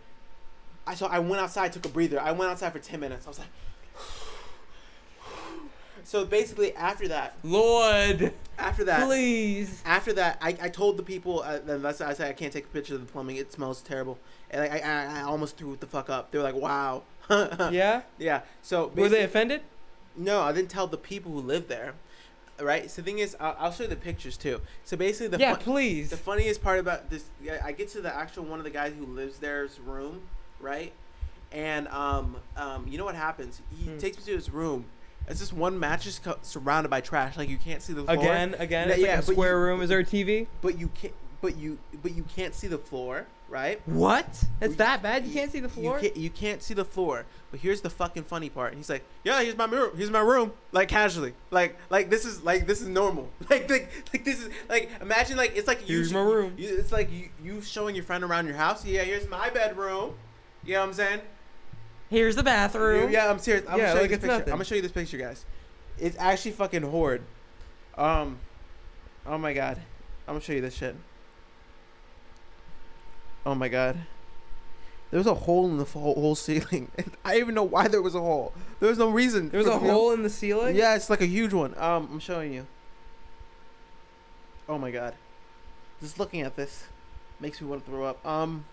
Speaker 1: I, so I went outside, took a breather. I went outside for ten minutes. I was like. So basically, after that,
Speaker 2: Lord,
Speaker 1: after that,
Speaker 2: please.
Speaker 1: after that, I, I told the people, uh, unless I said I can't take a picture of the plumbing, it smells terrible. And like, I, I, I almost threw it the fuck up. They were like, wow. yeah.
Speaker 2: Yeah.
Speaker 1: Yeah. So
Speaker 2: Were they
Speaker 1: basi-
Speaker 2: offended?
Speaker 1: No, I didn't tell the people who live there. Right. So the thing is, I'll, I'll show you the pictures too. So basically, the
Speaker 2: yeah,
Speaker 1: fun-
Speaker 2: please.
Speaker 1: the funniest part about this, yeah, I get to the actual one of the guys who lives there's room, right? And um, um, you know what happens? He
Speaker 2: Hmm.
Speaker 1: takes me to his room. It's just one mattress co- surrounded by trash. Like you can't see the floor.
Speaker 2: again, again.
Speaker 1: Yeah,
Speaker 2: It's like
Speaker 1: yeah,
Speaker 2: a
Speaker 1: but you-
Speaker 2: square room. Is there a TV?
Speaker 1: but you can't but you but you can't see the floor right
Speaker 2: What? It's
Speaker 1: You-
Speaker 2: that bad? You can't see the floor?
Speaker 1: you can't, you can't see the floor but here's the fucking funny part he's like yeah here's my room here's my room like casually like like this is like this is normal like like, like this is like imagine like it's like you
Speaker 2: Here's
Speaker 1: sh-
Speaker 2: my room.
Speaker 1: you, it's like you, you showing your friend around your house yeah here's my bedroom you know what i'm saying
Speaker 2: Here's the bathroom.
Speaker 1: yeah i'm serious i'm
Speaker 2: Yeah,
Speaker 1: gonna show
Speaker 2: like
Speaker 1: you this
Speaker 2: it's
Speaker 1: picture
Speaker 2: nothing.
Speaker 1: i'm gonna show you this picture guys it's actually fucking horrid um oh my god i'm gonna show you this shit Oh my god. There was a hole in the f- whole ceiling. I don't even know why there was a hole. There was no reason.
Speaker 2: There was
Speaker 1: for-
Speaker 2: a hole in the ceiling.
Speaker 1: Yeah, it's like a huge one. Um, I'm showing you. Oh my god. Just looking at this makes me want to throw up. Um,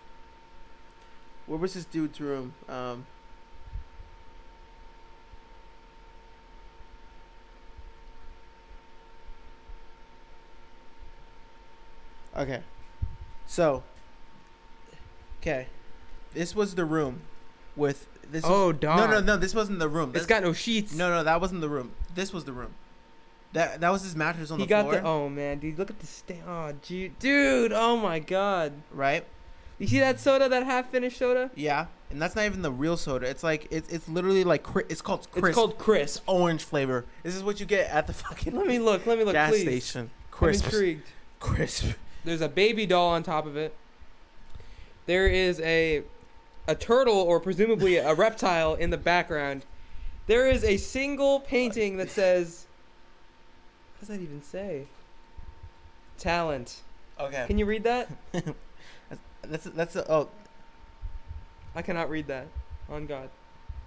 Speaker 1: where was this dude's room? Um. Okay. So. Okay. This was the room with This was-
Speaker 2: Oh, dog.
Speaker 1: no, no, no. This wasn't the room.
Speaker 2: It's
Speaker 1: This,
Speaker 2: got no sheets.
Speaker 1: no, no. That wasn't the room. This was the room. That that was his mattress on
Speaker 2: He
Speaker 1: the
Speaker 2: got
Speaker 1: floor,
Speaker 2: the. Oh man, dude, look at the stain. Oh, dude, dude. Oh my God.
Speaker 1: right?
Speaker 2: You see that soda? That half-finished soda?
Speaker 1: Yeah, and that's not even the real soda. It's like it's it's literally like cri- it's called crisp.
Speaker 2: It's called crisp.
Speaker 1: orange flavor. This is what you get at the fucking
Speaker 2: Let me look. Let me look,
Speaker 1: gas
Speaker 2: please.
Speaker 1: station.
Speaker 2: I'm
Speaker 1: Crisp,
Speaker 2: intrigued.
Speaker 1: crisp.
Speaker 2: There's a baby doll on top of it. There is a a turtle or presumably a reptile in the background. There is a single painting that says What does that even say? Talent.
Speaker 1: Okay,
Speaker 2: Can you read that?
Speaker 1: that's that's a, oh,
Speaker 2: I cannot read that. On God.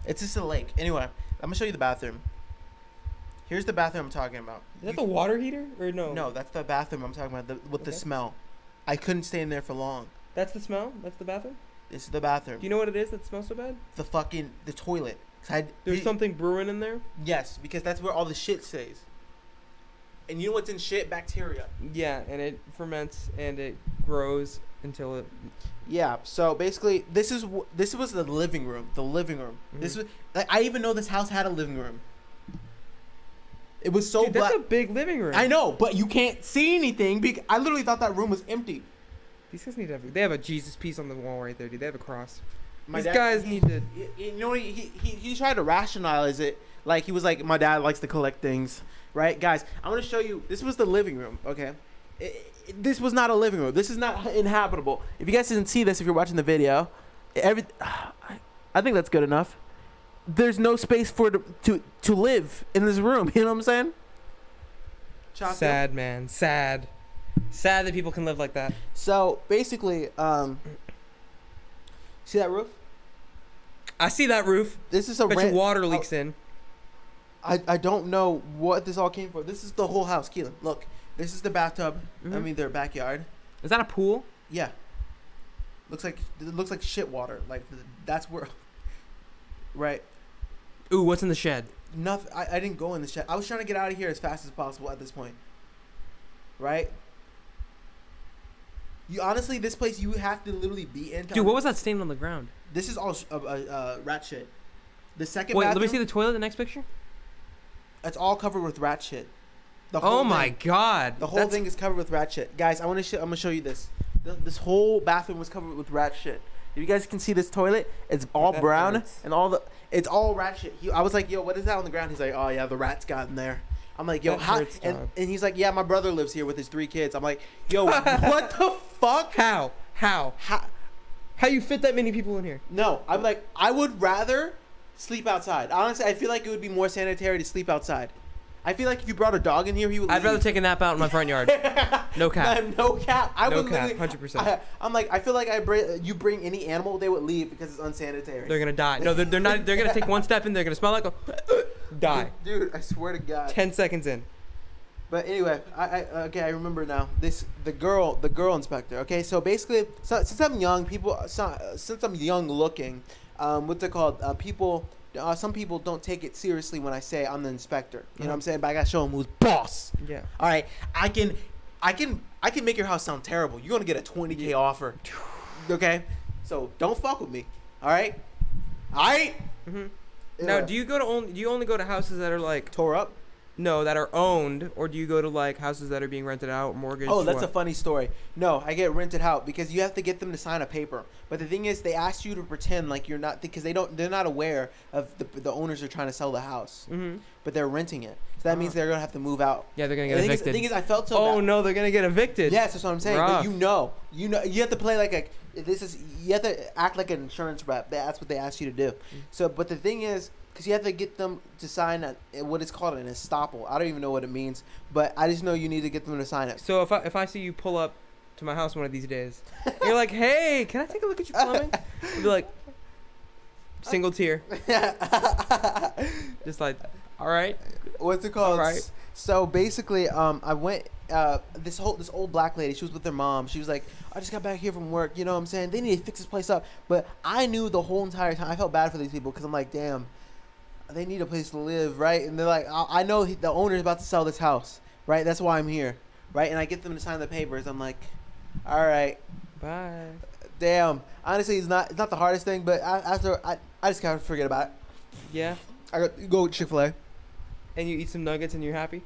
Speaker 1: it's just a lake. Anyway, I'm gonna show you the bathroom. Here's the bathroom I'm talking about.
Speaker 2: Is that
Speaker 1: You-
Speaker 2: the water heater or no?
Speaker 1: No, that's the bathroom I'm talking about the, with the
Speaker 2: Okay.
Speaker 1: smell. I couldn't stay in there for long.
Speaker 2: That's the smell? That's the bathroom?
Speaker 1: This is the bathroom.
Speaker 2: Do you know what it is that smells so bad?
Speaker 1: the fucking the toilet. 'Cause I,
Speaker 2: There's
Speaker 1: it-
Speaker 2: something brewing in there?
Speaker 1: Yes, because that's where all the shit stays. And you know what's in shit? Bacteria.
Speaker 2: Yeah, and it ferments and it grows until it
Speaker 1: Yeah. So basically, this is wh- this was the living room. The living room.
Speaker 2: Mm-hmm.
Speaker 1: This was. Like, I even know this house had a living room. It was so
Speaker 2: Dude,
Speaker 1: black.
Speaker 2: that's a big living room.
Speaker 1: I know, but you can't see anything. Because I literally thought that room was empty.
Speaker 2: These guys need to have. They have a Jesus piece on the wall right there, dude. They have a cross.
Speaker 1: My
Speaker 2: These
Speaker 1: dad-
Speaker 2: guys need to.
Speaker 1: Y- You know, he, he, he he tried to rationalize it. Like, he was like, my dad likes to collect things, right? Guys, I want to show you. This was the living room, okay? I- I- this was not a living room. This is not inhabitable. If you guys didn't see this, if you're watching the video, every, I think that's good enough. There's no space for to, to, to live in this room. You know what I'm saying? Chaka?
Speaker 2: Sad man, sad, sad that people can live like that.
Speaker 1: So basically, um, see that roof?
Speaker 2: I see that roof.
Speaker 1: This is a oh.
Speaker 2: Bet
Speaker 1: ran-
Speaker 2: you water leaks in.
Speaker 1: I, I don't know what this all came for. This is the whole house, Keelan. Look, this is the bathtub. I
Speaker 2: Mhm.
Speaker 1: mean, their backyard.
Speaker 2: Is that a pool?
Speaker 1: Yeah. Looks like it looks like shit water. Like th- that's where. Right.
Speaker 2: Ooh, what's in the shed?
Speaker 1: Nothing. I, I didn't go in the shed. I was trying to get out of here as fast as possible at this point. Right. You honestly, this place you have to literally be in. to-
Speaker 2: Dude, what was that stain on the ground?
Speaker 1: This is all sh- uh, uh, uh, rat shit. The second.
Speaker 2: Wait,
Speaker 1: bathroom,
Speaker 2: let me see the toilet. The next picture.
Speaker 1: It's all covered with rat shit. The
Speaker 2: Oh
Speaker 1: whole
Speaker 2: my
Speaker 1: thing.
Speaker 2: god.
Speaker 1: The whole
Speaker 2: That's-
Speaker 1: thing is covered with rat shit, guys. I want to. Sh- I'm gonna show you this. Th- This whole bathroom was covered with rat shit. If you guys can see this toilet, it's all
Speaker 2: That
Speaker 1: brown
Speaker 2: hurts.
Speaker 1: and all the. It's all rat shit. He, I was like, "Yo, what is that on the ground?" He's like, "Oh yeah, the rats got in there." I'm like, "Yo,
Speaker 2: That
Speaker 1: how?"
Speaker 2: hurts,
Speaker 1: And,
Speaker 2: dog.
Speaker 1: and he's like, "Yeah, my brother lives here with his three kids." I'm like, "Yo, what the fuck?
Speaker 2: How? How?
Speaker 1: How?
Speaker 2: How you fit that many people in here?
Speaker 1: No, I'm like, I would rather sleep outside. Honestly, I feel like it would be more sanitary to sleep outside. I feel like if you brought a dog in here, he would.
Speaker 2: I'd rather
Speaker 1: leave.
Speaker 2: take a nap out in my front yard. No cap.
Speaker 1: No, no cap. I
Speaker 2: No
Speaker 1: would
Speaker 2: cap,
Speaker 1: literally-
Speaker 2: 100%.
Speaker 1: I, am like, I feel like I bring you bring any animal, they would leave because it's unsanitary.
Speaker 2: They're gonna die. No, they're, they're not. They're gonna take one step in. They're gonna smell like a. Die.
Speaker 1: Dude, I swear to God.
Speaker 2: Ten seconds in.
Speaker 1: But anyway, I, I okay, I remember now. This the girl, the girl inspector. Okay, so basically, so, since I'm young, people, so, since I'm young looking, um, what's it called? Uh, people, uh, some people don't take it seriously when I say I'm the inspector. You
Speaker 2: Uh-huh.
Speaker 1: know what I'm saying? But I gotta show them who's boss.
Speaker 2: Yeah.
Speaker 1: All right, I can, I can, I can make your house sound terrible. You're gonna get a 20k offer. Okay, so don't fuck with me. All right, all right.
Speaker 2: Mhm.
Speaker 1: Yeah.
Speaker 2: Now, do you go to only? Do you only go to houses that are like
Speaker 1: tore up?
Speaker 2: No, that are owned, or do you go to like houses that are being rented out, mortgage?
Speaker 1: Oh, that's a
Speaker 2: what?
Speaker 1: funny story. No, I get rented out because you have to get them to sign a paper. But the thing is, they ask you to pretend like you're not because they don't. They're not aware of the, the owners are trying to sell the house,
Speaker 2: Mhm.
Speaker 1: but they're renting it. So that means
Speaker 2: Ah.
Speaker 1: they're gonna have to move out.
Speaker 2: Yeah, they're gonna
Speaker 1: The
Speaker 2: get
Speaker 1: thing, is,
Speaker 2: evicted.
Speaker 1: the thing is, I felt so.
Speaker 2: oh
Speaker 1: bad.
Speaker 2: no, they're gonna get evicted.
Speaker 1: Yes, that's what I'm saying. But
Speaker 2: Rough.
Speaker 1: you know, you know, you have to play like a. This is you have to act like an insurance rep. That's what they ask you to do. So, but the thing is, because you have to get them to sign a, what is called an estoppel. I don't even know what it means, but I just know you need to get them to sign it.
Speaker 2: So if I if I see you pull up to my house one of these days, you're like, hey, can I take a look at your plumbing? You'd be like, single tear, just like, all right.
Speaker 1: what's it called?
Speaker 2: Alright.
Speaker 1: S- So basically, um, I went. Uh, this whole this old black lady, she was with her mom. She was like, "I just got back here from work. You know what I'm saying? They need to fix this place up." But I knew the whole entire time. I felt bad for these people because I'm like, "Damn, they need a place to live, right?" And they're like, "I, I know he- the owner's about to sell this house, right? That's why I'm here, right?" And I get them to sign the papers. I'm like, "All right,
Speaker 2: Bye.
Speaker 1: Damn. Honestly, it's not it's not the hardest thing, but I, after I, I just kind of forget about it.
Speaker 2: Yeah.
Speaker 1: I go, go Chick Fil A.
Speaker 2: And you eat some nuggets and you're happy.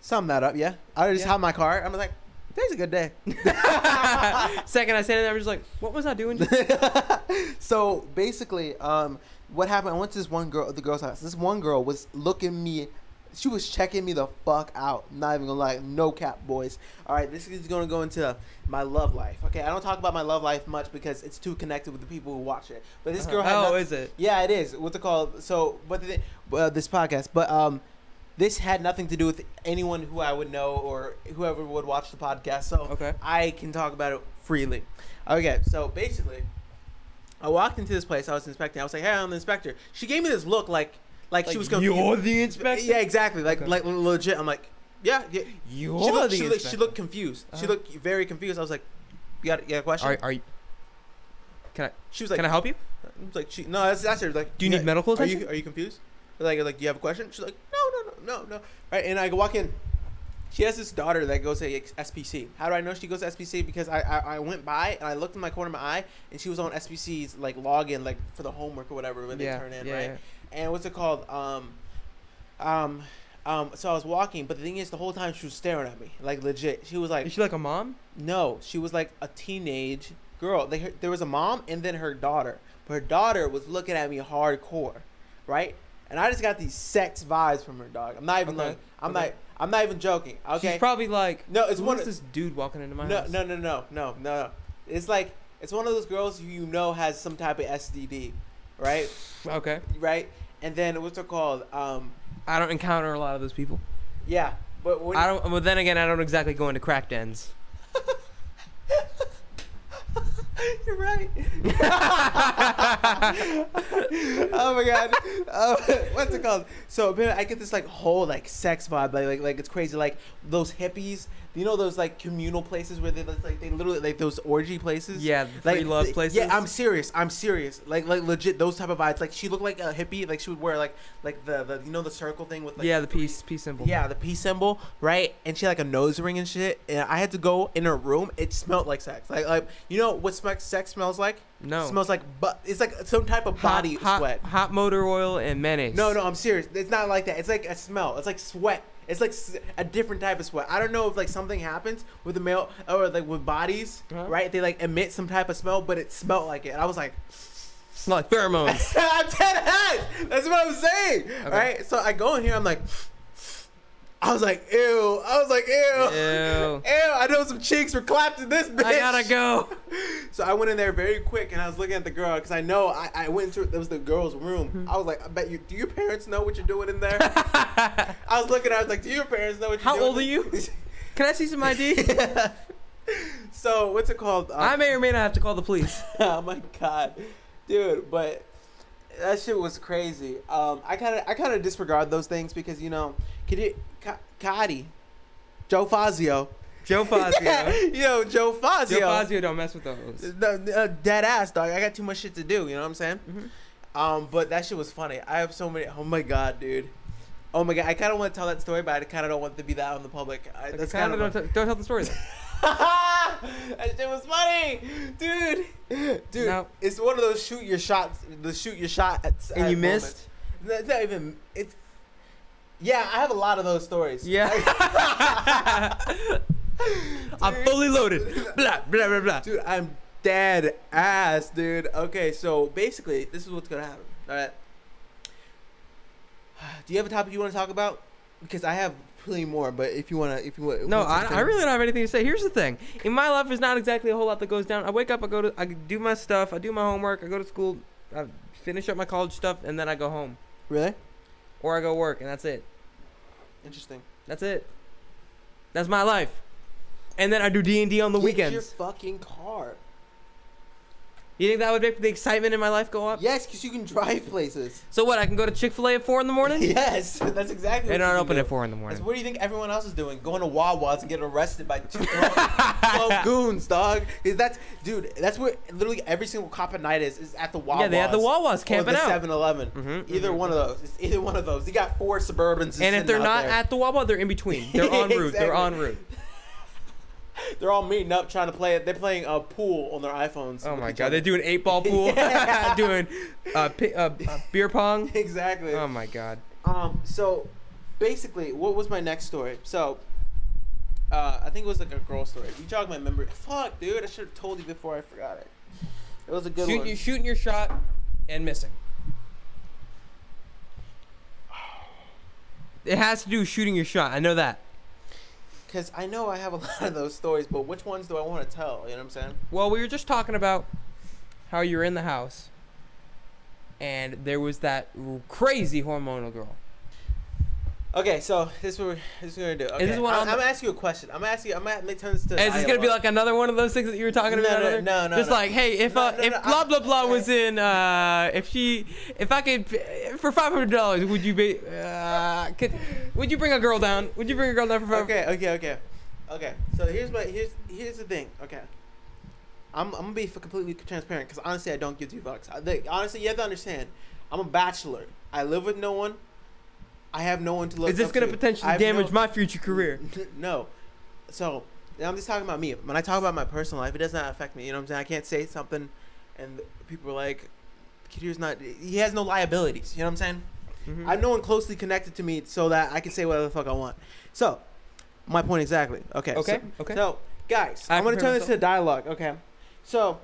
Speaker 1: Sum that up, yeah. I just
Speaker 2: Yeah.
Speaker 1: have my car. I'm like, today's a good day.
Speaker 2: Second I said it, I was just like, what was I doing?
Speaker 1: so basically, um, what happened? I went to this one girl, the girl's house. This one girl was looking me. She was checking me the fuck out. Not even gonna lie, no cap, boys. All right, this is gonna go into my love life. Okay, I don't talk about my love life much because it's too connected with the people who watch it. But this girl had
Speaker 2: oh,
Speaker 1: noth-
Speaker 2: is it?
Speaker 1: yeah, it is. What's it called? So, but the, uh, this podcast, but um, this had nothing to do with anyone who I would know or whoever would watch the podcast. So
Speaker 2: Okay.
Speaker 1: I can talk about it freely. Okay, so basically, I walked into this place. I was inspecting. I was like, "Hey, I'm the inspector." She gave me this look, like, like, she was confused.
Speaker 2: You're the inspector.
Speaker 1: Yeah, exactly. Like,
Speaker 2: Okay.
Speaker 1: like legit. I'm like, yeah, yeah.
Speaker 2: You're
Speaker 1: she looked,
Speaker 2: the
Speaker 1: she, looked,
Speaker 2: inspector.
Speaker 1: she looked confused. She
Speaker 2: Uh-huh.
Speaker 1: looked very confused. I was like, "You got, you got a question?"
Speaker 2: Are, are you? Can I?
Speaker 1: She was like,
Speaker 2: can I help you?
Speaker 1: I was like, she, no, that's, that's her. Like,
Speaker 2: Do you need medical
Speaker 1: Are you,
Speaker 2: attention?
Speaker 1: are you confused? Like, like, do you have a question? She's like, no, no, no, no, no. Right, and I walk in. She has this daughter that goes to SPC. How do I know she goes to SPC? Because I, I, I went by and I looked in my corner of my eye and she was on SPC's like login like for the homework or whatever when
Speaker 2: yeah,
Speaker 1: they turn in
Speaker 2: yeah,
Speaker 1: right
Speaker 2: yeah.
Speaker 1: and what's it called? Um, um, um. So I was walking, but the thing is, the whole time she was staring at me like legit. She was like,
Speaker 2: Is she like a mom?
Speaker 1: no, she was like a teenage girl. Like her, there was a mom and then her daughter. But her daughter was looking at me hardcore, right? And I just got these sex vibes from her dog. I'm not even
Speaker 2: Okay.
Speaker 1: lying. I'm
Speaker 2: Okay.
Speaker 1: not. I'm not even joking. Okay.
Speaker 2: She's probably like.
Speaker 1: No, it's
Speaker 2: who
Speaker 1: one
Speaker 2: is
Speaker 1: of-
Speaker 2: this dude walking into my
Speaker 1: no,
Speaker 2: house?
Speaker 1: no, no, no, no, no, no. It's like it's one of those girls who you know has some type of STD, right?
Speaker 2: Okay.
Speaker 1: right. And then what's it called? Um,
Speaker 2: I don't encounter a lot of those people.
Speaker 1: yeah. But when,
Speaker 2: I don't. Well, then again, I don't exactly go into crack dens.
Speaker 1: You're right. oh my god. Uh, what's it called? So man, I get this like whole like sex vibe, like, like like it's crazy. Like those hippies, you know those like communal places where they that's, like they literally like those orgy places.
Speaker 2: Yeah, the
Speaker 1: Like
Speaker 2: free love
Speaker 1: th-
Speaker 2: places.
Speaker 1: Yeah, I'm serious. I'm serious. Like like legit those type of vibes. Like she looked like a hippie. Like she would wear like like the, the you know the circle thing with like
Speaker 2: yeah, the peace, peace symbol.
Speaker 1: yeah, the peace symbol, right? And she had, like a nose ring and shit. And I had to go in her room. It smelled like sex. Like like you know what sm- sex smells like?
Speaker 2: No.
Speaker 1: smells like but it's like some type of
Speaker 2: Hot-
Speaker 1: body
Speaker 2: hot,
Speaker 1: sweat.
Speaker 2: Hot motor oil and mayonnaise.
Speaker 1: No, no, I'm serious. It's not like that. It's like a smell. It's like sweat. It's like s- a different type of sweat. I don't know if like something happens with the male or like with bodies,
Speaker 2: Uh-huh.
Speaker 1: right? They like emit some type of smell, but it smelled like it. I was like,
Speaker 2: It's like pheromones.
Speaker 1: I'm dead ass. That's what I'm saying, right? So I go in here. I'm like, I was like, ew. I was like,
Speaker 2: Ew.
Speaker 1: Ew, I know some cheeks were clapped in this bitch.
Speaker 2: I gotta go.
Speaker 1: So I went in there very quick, and I was looking at the girl because I know I, I went into it was the girl's room.
Speaker 2: Mm-hmm.
Speaker 1: I was like, I bet you. Do your parents know what you're doing in there? I was looking. I was like, Do your parents know what?
Speaker 2: How
Speaker 1: you're
Speaker 2: old are
Speaker 1: doing?
Speaker 2: you? Can I see some ID?
Speaker 1: so what's it called? Um,
Speaker 2: I may or may not have to call the police.
Speaker 1: oh my god, dude! But that shit was crazy. Um, I kind of I kind of disregard those things because you know, could you, Ca- Cotty, Joe Fazio,
Speaker 2: Joe Fazio.
Speaker 1: yo, Joe Fazio,
Speaker 2: Joe Fazio, don't mess with those.
Speaker 1: No, no, dead ass dog. I got too much shit to do. You know what I'm saying?
Speaker 2: Mhm.
Speaker 1: Um, but that shit was funny. I have so many. Oh my god, dude. Oh my god, I kind of want to tell that story, but I kind of don't want to be that out in the public. I, that's kind of
Speaker 2: don't, t- don't tell the story. Then.
Speaker 1: that shit was funny, dude. Dude,
Speaker 2: No.
Speaker 1: it's one of those shoot your shots, the shoot your shot at,
Speaker 2: And
Speaker 1: at
Speaker 2: you
Speaker 1: moments.
Speaker 2: missed?
Speaker 1: No, It's not even. It's yeah, I have a lot of those stories.
Speaker 2: Yeah. I'm fully loaded. Blah blah blah blah.
Speaker 1: dude, I'm dead ass, dude. Okay, so basically, this is what's gonna happen. All right. Do you have a topic you want to talk about? Because I have plenty more, but if you wanna, if you want,
Speaker 2: No, I, I really don't have anything to say. Here's the thing: in my life, there's not exactly a whole lot that goes down. I wake up, I go to, I do my stuff, I do my homework, I go to school, I finish up my college stuff, and then I go home
Speaker 1: really
Speaker 2: or I go work, and that's it.
Speaker 1: interesting.
Speaker 2: That's it. That's my life. And then I do D and D on the
Speaker 1: Get
Speaker 2: weekends.
Speaker 1: your fucking car.
Speaker 2: You think that would make the excitement in my life go up?
Speaker 1: Yes, because you can drive places.
Speaker 2: So what? I can go to Chick Fil A at four in the morning.
Speaker 1: Yes, that's exactly.
Speaker 2: They
Speaker 1: what
Speaker 2: don't
Speaker 1: you
Speaker 2: open
Speaker 1: do.
Speaker 2: at four in the
Speaker 1: That's
Speaker 2: morning.
Speaker 1: what do you think everyone else is doing? Going to Wawa's and getting arrested by two twelve goons, dog. Is that's dude? That's where literally every single cop at night is is at the Wawa's.
Speaker 2: Yeah, they have the Wawas
Speaker 1: or
Speaker 2: camping
Speaker 1: the
Speaker 2: out.
Speaker 1: 7-Eleven.
Speaker 2: Mhm,
Speaker 1: either
Speaker 2: mhm.
Speaker 1: one of those. It's either one of those. You got four Suburbans. just
Speaker 2: and
Speaker 1: sitting
Speaker 2: if they're
Speaker 1: out
Speaker 2: not
Speaker 1: there.
Speaker 2: at the Wawa, they're in between. They're en route. They're
Speaker 1: Exactly.
Speaker 2: en route.
Speaker 1: They're all meeting up trying to play it. They're playing a uh, pool on their iPhones.
Speaker 2: Oh
Speaker 1: with
Speaker 2: my
Speaker 1: each
Speaker 2: god,
Speaker 1: other.
Speaker 2: they do an eight ball pool,
Speaker 1: Yeah.
Speaker 2: doing uh, pi- uh, uh, beer pong.
Speaker 1: exactly.
Speaker 2: Oh my god.
Speaker 1: Um, so basically, what was my next story? So, uh, I think it was like a girl story. You jogged my memory. Fuck, dude, I should have told you before I forgot it. It was a good
Speaker 2: Shoot,
Speaker 1: one.
Speaker 2: you shooting your shot and missing. It has to do with shooting your shot. I know that.
Speaker 1: Because I know I have a lot of those stories, but which ones do I want to tell? You know what I'm saying?
Speaker 2: Well, we were just talking about how you were in the house and there was that r- crazy hormonal girl.
Speaker 1: Okay, so this is what we're, this is what we're gonna do. Okay.
Speaker 2: Is this one
Speaker 1: I'm,
Speaker 2: on
Speaker 1: I'm
Speaker 2: the-
Speaker 1: gonna ask you a question. I'm gonna ask you. I'm gonna make turns to.
Speaker 2: And is this gonna be like another one of those things that you were talking
Speaker 1: No,
Speaker 2: about?
Speaker 1: no,
Speaker 2: earlier?
Speaker 1: no, no,
Speaker 2: Just
Speaker 1: no.
Speaker 2: like, hey, if
Speaker 1: No,
Speaker 2: uh,
Speaker 1: no,
Speaker 2: if
Speaker 1: no,
Speaker 2: blah
Speaker 1: I-
Speaker 2: blah blah was in, uh, if she, if I could, for five hundred dollars, would you be, uh, could, would you bring a girl down? Would you bring a girl down for five?
Speaker 1: Okay, okay, okay, okay. So here's my here's here's the thing. Okay, I'm I'm gonna be f- completely transparent because honestly, I don't give two fucks. I, like, honestly, you have to understand, I'm a bachelor. I live with no one. I have no one to look.
Speaker 2: Is this
Speaker 1: up
Speaker 2: gonna
Speaker 1: to. I
Speaker 2: potentially
Speaker 1: have
Speaker 2: damage
Speaker 1: no-
Speaker 2: my future career?
Speaker 1: no. So now I'm just talking about me. When I talk about my personal life, it does not affect me. You know what I'm saying? I can't say something, and people are like, "Kidir's not. He has no liabilities." You know what I'm saying? Mm-hmm. I have no one closely connected to me so that I can say whatever the fuck I want. So, my point exactly. Okay. so-
Speaker 2: Okay, okay.
Speaker 1: So, guys,
Speaker 2: I
Speaker 1: I'm gonna turn
Speaker 2: prepared
Speaker 1: this to
Speaker 2: myself.
Speaker 1: dialogue. Okay. So,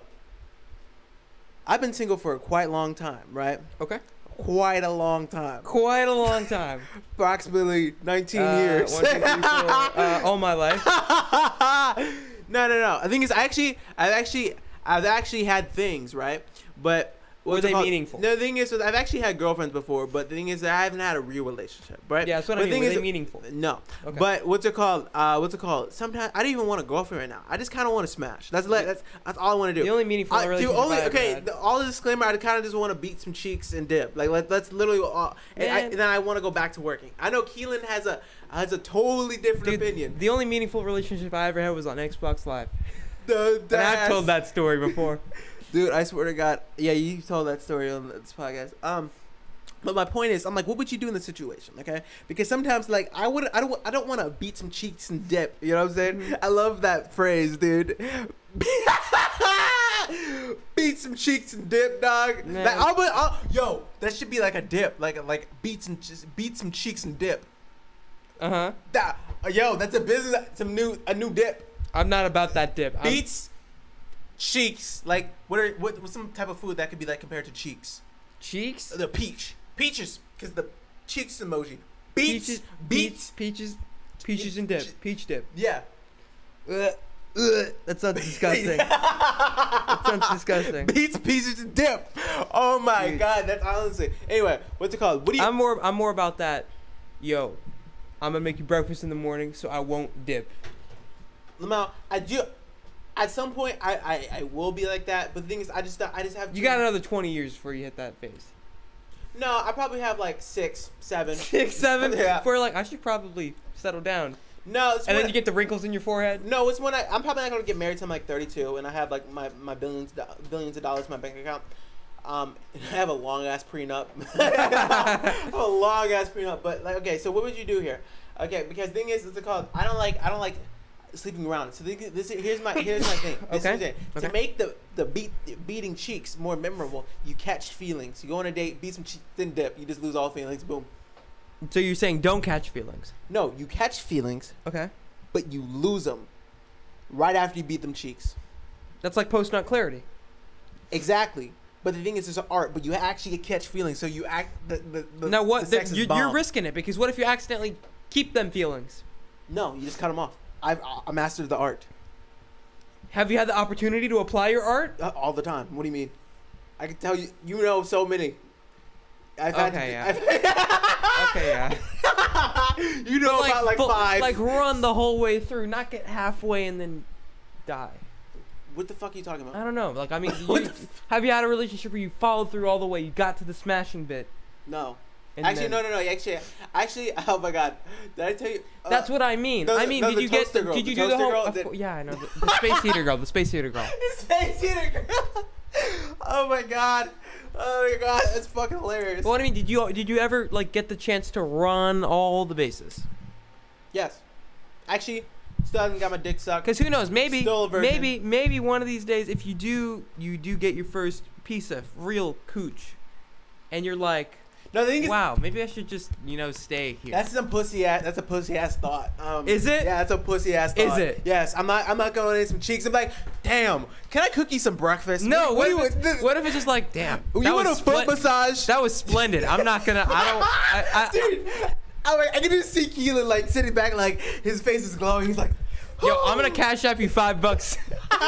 Speaker 1: I've been single for a quite long time, right?
Speaker 2: Okay.
Speaker 1: Quite a long time,
Speaker 2: Quite a long time.
Speaker 1: approximately 19
Speaker 2: Uh,
Speaker 1: years.
Speaker 2: one, two, three, four, uh, all my life.
Speaker 1: no, no, no. I think it's I actually, I've actually, I've actually had things, right? But
Speaker 2: Were
Speaker 1: what's it
Speaker 2: they
Speaker 1: called?
Speaker 2: meaningful?
Speaker 1: No, the thing is, I've actually had girlfriends before, but the thing is, that I haven't had a real relationship, right?
Speaker 2: Yeah, that's what
Speaker 1: But
Speaker 2: I
Speaker 1: the
Speaker 2: mean.
Speaker 1: thing
Speaker 2: Were
Speaker 1: is-
Speaker 2: they meaningful?
Speaker 1: No,
Speaker 2: Okay.
Speaker 1: but what's it called? Uh, what's it called? Sometimes I don't even want a girlfriend right now. I just kind of want to smash. That's like that's that's all I want to do.
Speaker 2: The only meaningful
Speaker 1: I, dude,
Speaker 2: relationship
Speaker 1: only
Speaker 2: I ever
Speaker 1: okay.
Speaker 2: had.
Speaker 1: The, all the disclaimer. I kind of just want to beat some cheeks and dip. Like let, that's literally all. And, I,
Speaker 2: Man.
Speaker 1: and then I want to go back to working. I know Keelan has a has a totally different
Speaker 2: Dude,
Speaker 1: opinion.
Speaker 2: The only meaningful relationship I ever had was on Xbox Live.
Speaker 1: The,
Speaker 2: And I've
Speaker 1: that's-
Speaker 2: told that story before.
Speaker 1: Dude, I swear to God. Yeah, you told that story on this podcast. Um, but my point is, I'm like, what would you do in this situation? Okay, because sometimes, like, I would, I don't, I don't want to beat some cheeks and dip. You know what I'm saying? I love that phrase, dude. beat some cheeks and dip, dog.
Speaker 2: Man.
Speaker 1: Like, I'll, be- I'll, yo, that should be like a dip, like, like beat some, just beat some cheeks and dip.
Speaker 2: Uh huh.
Speaker 1: That, yo, that's a business, some new, a new dip.
Speaker 2: I'm not about that dip. I'm-
Speaker 1: Beats, cheeks. Like what are what what's some type of food that could be like compared to cheeks?
Speaker 2: cheeks.
Speaker 1: The peach, peaches, because the cheeks emoji. Beats,
Speaker 2: peaches,
Speaker 1: beats.
Speaker 2: peaches, peaches and dip,
Speaker 1: Che-
Speaker 2: peach dip.
Speaker 1: Yeah.
Speaker 2: Ugh, ugh, that sounds disgusting. that sounds disgusting.
Speaker 1: Beats, peaches, and dip. Oh my
Speaker 2: Dude.
Speaker 1: god, that's honestly. Anyway, what's it called? What do you?
Speaker 2: I'm more. I'm more about that. Yo, I'm gonna make you breakfast in the morning, so I won't dip.
Speaker 1: Lamau, I do. At some point, I, I I will be like that. But the thing is, I just I just have.
Speaker 2: You
Speaker 1: too-
Speaker 2: got another 20 years before you hit that phase.
Speaker 1: No, I probably have like six, seven.
Speaker 2: Six, seven.
Speaker 1: Yeah.
Speaker 2: Before you're like, I should probably settle down.
Speaker 1: No, it's
Speaker 2: And then
Speaker 1: when-
Speaker 2: you get the wrinkles in your forehead.
Speaker 1: No, it's when I, I'm probably not gonna get married till I'm like 32, and I have like my, my billions do- billions of dollars in my bank account. Um, and I have a long ass prenup. I have a long ass prenup. But like, okay, so what would you do here? Okay, because thing is, it's called. I don't like I don't like sleeping around. So this, this here's my here's my thing. This
Speaker 2: Okay,
Speaker 1: is it.
Speaker 2: okay.
Speaker 1: To make the the beat beating cheeks more memorable, you catch feelings. You go on a date, beat some cheeks, then dip. You just lose all feelings. Boom.
Speaker 2: So you're saying don't catch feelings.
Speaker 1: No, you catch feelings,
Speaker 2: Okay.
Speaker 1: but you lose them right after you beat them cheeks.
Speaker 2: That's like post nut clarity.
Speaker 1: Exactly. But the thing is, it's an art. But you actually catch feelings, so you act. The, the, the,
Speaker 2: now what?
Speaker 1: The
Speaker 2: the-
Speaker 1: sex is
Speaker 2: you, you're
Speaker 1: bomb.
Speaker 2: risking it because what if you accidentally keep them feelings?
Speaker 1: No, you just cut them off. I've I mastered the art
Speaker 2: Have you had the opportunity to apply your art?
Speaker 1: Uh, all the time. What do you mean? I can tell you. You know so many. I've had.
Speaker 2: Okay,
Speaker 1: to,
Speaker 2: Okay, yeah.
Speaker 1: I've, you know Ah! about like
Speaker 2: full-
Speaker 1: five.
Speaker 2: Like run the whole way through, not get halfway and then die.
Speaker 1: what the fuck are you talking
Speaker 2: I
Speaker 1: about?
Speaker 2: don't know. Like I mean,
Speaker 1: What
Speaker 2: you,
Speaker 1: the f-
Speaker 2: have you had a relationship where you followed through all the way, you got to the smashing bit?
Speaker 1: No.
Speaker 2: And
Speaker 1: actually,
Speaker 2: then-
Speaker 1: no, no, no. Actually, actually. Oh my god. Did I tell you? uh,
Speaker 2: That's what I mean.
Speaker 1: no,
Speaker 2: I
Speaker 1: the-
Speaker 2: mean,
Speaker 1: no,
Speaker 2: did
Speaker 1: the
Speaker 2: you get?
Speaker 1: toaster girl,
Speaker 2: did you
Speaker 1: the
Speaker 2: do the
Speaker 1: toaster
Speaker 2: whole?
Speaker 1: girl
Speaker 2: of
Speaker 1: did-
Speaker 2: cou- yeah, I know. The, the space heater girl. The space heater girl.
Speaker 1: His face eater girl. oh my god. Oh my god. That's fucking hilarious.
Speaker 2: But what I mean, did you did you ever like get the chance to run all the bases?
Speaker 1: Yes. Actually, Still haven't got my dick sucked.
Speaker 2: Because who knows? Maybe,
Speaker 1: Still a virgin.
Speaker 2: maybe, maybe one of these days, if you do, you do get your first piece of real cooch, and you're like,
Speaker 1: No, the thing is,
Speaker 2: wow, maybe I should just, you know, stay here.
Speaker 1: that's some pussy ass. That's a pussy ass thought. Um,
Speaker 2: Is it?
Speaker 1: Yeah, that's a pussy ass
Speaker 2: Is
Speaker 1: thought.
Speaker 2: it?
Speaker 1: Yes. I'm not. I'm not going in some cheeks. I'm like, damn. Can I cook you some breakfast?
Speaker 2: no, what,
Speaker 1: do
Speaker 2: if it's, what if it's just like, damn,
Speaker 1: you
Speaker 2: that
Speaker 1: want a
Speaker 2: was
Speaker 1: foot
Speaker 2: splen-
Speaker 1: massage?
Speaker 2: That was splendid. I'm not gonna. I don't. I, I,
Speaker 1: Dude, I, like, I can just see Keelan like sitting back, like his face is glowing. He's like,
Speaker 2: yo, I'm gonna cash app you five bucks.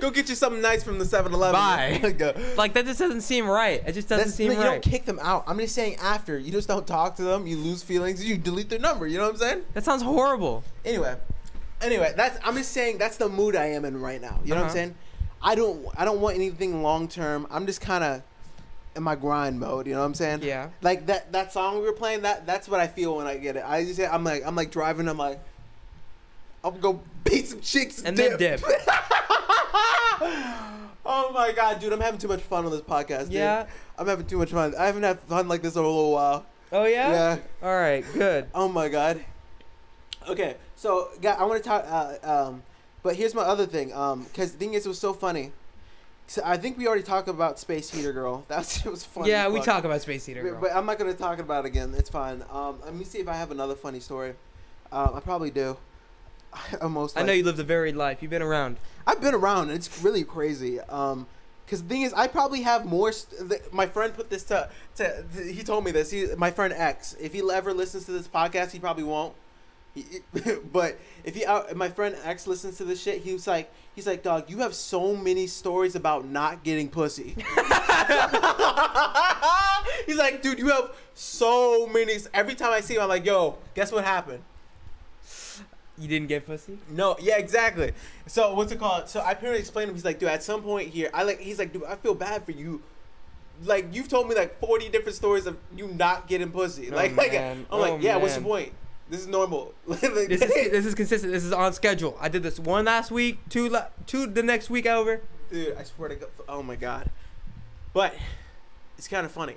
Speaker 1: Go get you something nice from the 7 Eleven.
Speaker 2: Bye. like that just doesn't seem right. It just doesn't
Speaker 1: That's,
Speaker 2: seem
Speaker 1: no, you don't
Speaker 2: right.
Speaker 1: kick them out. I'm just saying after. You just don't talk to them. You lose feelings. You delete their number. You know what I'm saying?
Speaker 2: that sounds horrible.
Speaker 1: Anyway, anyway, that's I'm just saying that's the mood I am in right now. You know what
Speaker 2: Uh-huh.
Speaker 1: I'm saying? I don't I don't want anything long term. I'm just kind of in my grind mode. You know what I'm saying?
Speaker 2: Yeah.
Speaker 1: Like that that song we were playing. That that's what I feel when I get it. I just say I'm like I'm like driving. I'm like I'm gonna beat some chicks
Speaker 2: And then dip.
Speaker 1: Oh my god, dude! I'm having too much fun on this podcast. Dude.
Speaker 2: Yeah.
Speaker 1: I'm having too much fun. I haven't had fun like this in a little while.
Speaker 2: Oh yeah.
Speaker 1: yeah.
Speaker 2: All right. Good.
Speaker 1: Oh my god. Okay, so guy, I want to talk. Uh, um, but here's my other thing. Um, because the thing is, it was so funny. So I think we already talked about Space Heater Girl. That's it was funny.
Speaker 2: yeah,
Speaker 1: as
Speaker 2: we
Speaker 1: fuck.
Speaker 2: talk about Space Eater. Girl.
Speaker 1: But I'm not gonna talk about it again. It's fine. Um, let me see if I have another funny story. Um, I probably do. I almost.
Speaker 2: I
Speaker 1: like-
Speaker 2: know you lived a varied life. You've been around.
Speaker 1: I've been around, and it's really crazy. Um, because the thing is, I probably have more. St- th- my friend put this to, to, th- He told me this. He, my friend X. If he ever listens to this podcast, he probably won't. He, but if he, out, my friend X listens to this shit, he was like, he's like, dog, you have so many stories about not getting pussy. he's like, dude, you have so many. Every time I see him, I'm like, yo, guess what happened?
Speaker 2: You didn't get pussy.
Speaker 1: No, yeah, exactly. So what's it called? So I apparently explained to him. He's like, dude, at some point here, I like. He's like, dude, I feel bad for you. Like you've told me like forty different stories of you not getting pussy.
Speaker 2: Oh,
Speaker 1: Like, like
Speaker 2: man.
Speaker 1: I'm
Speaker 2: Oh,
Speaker 1: like, yeah. What's
Speaker 2: man.
Speaker 1: your point? This is normal. Like,
Speaker 2: This is this is consistent. This is on schedule. I did this one last week. Two la- two the next week over.
Speaker 1: dude, I swear to God. Oh my God. But it's kind of funny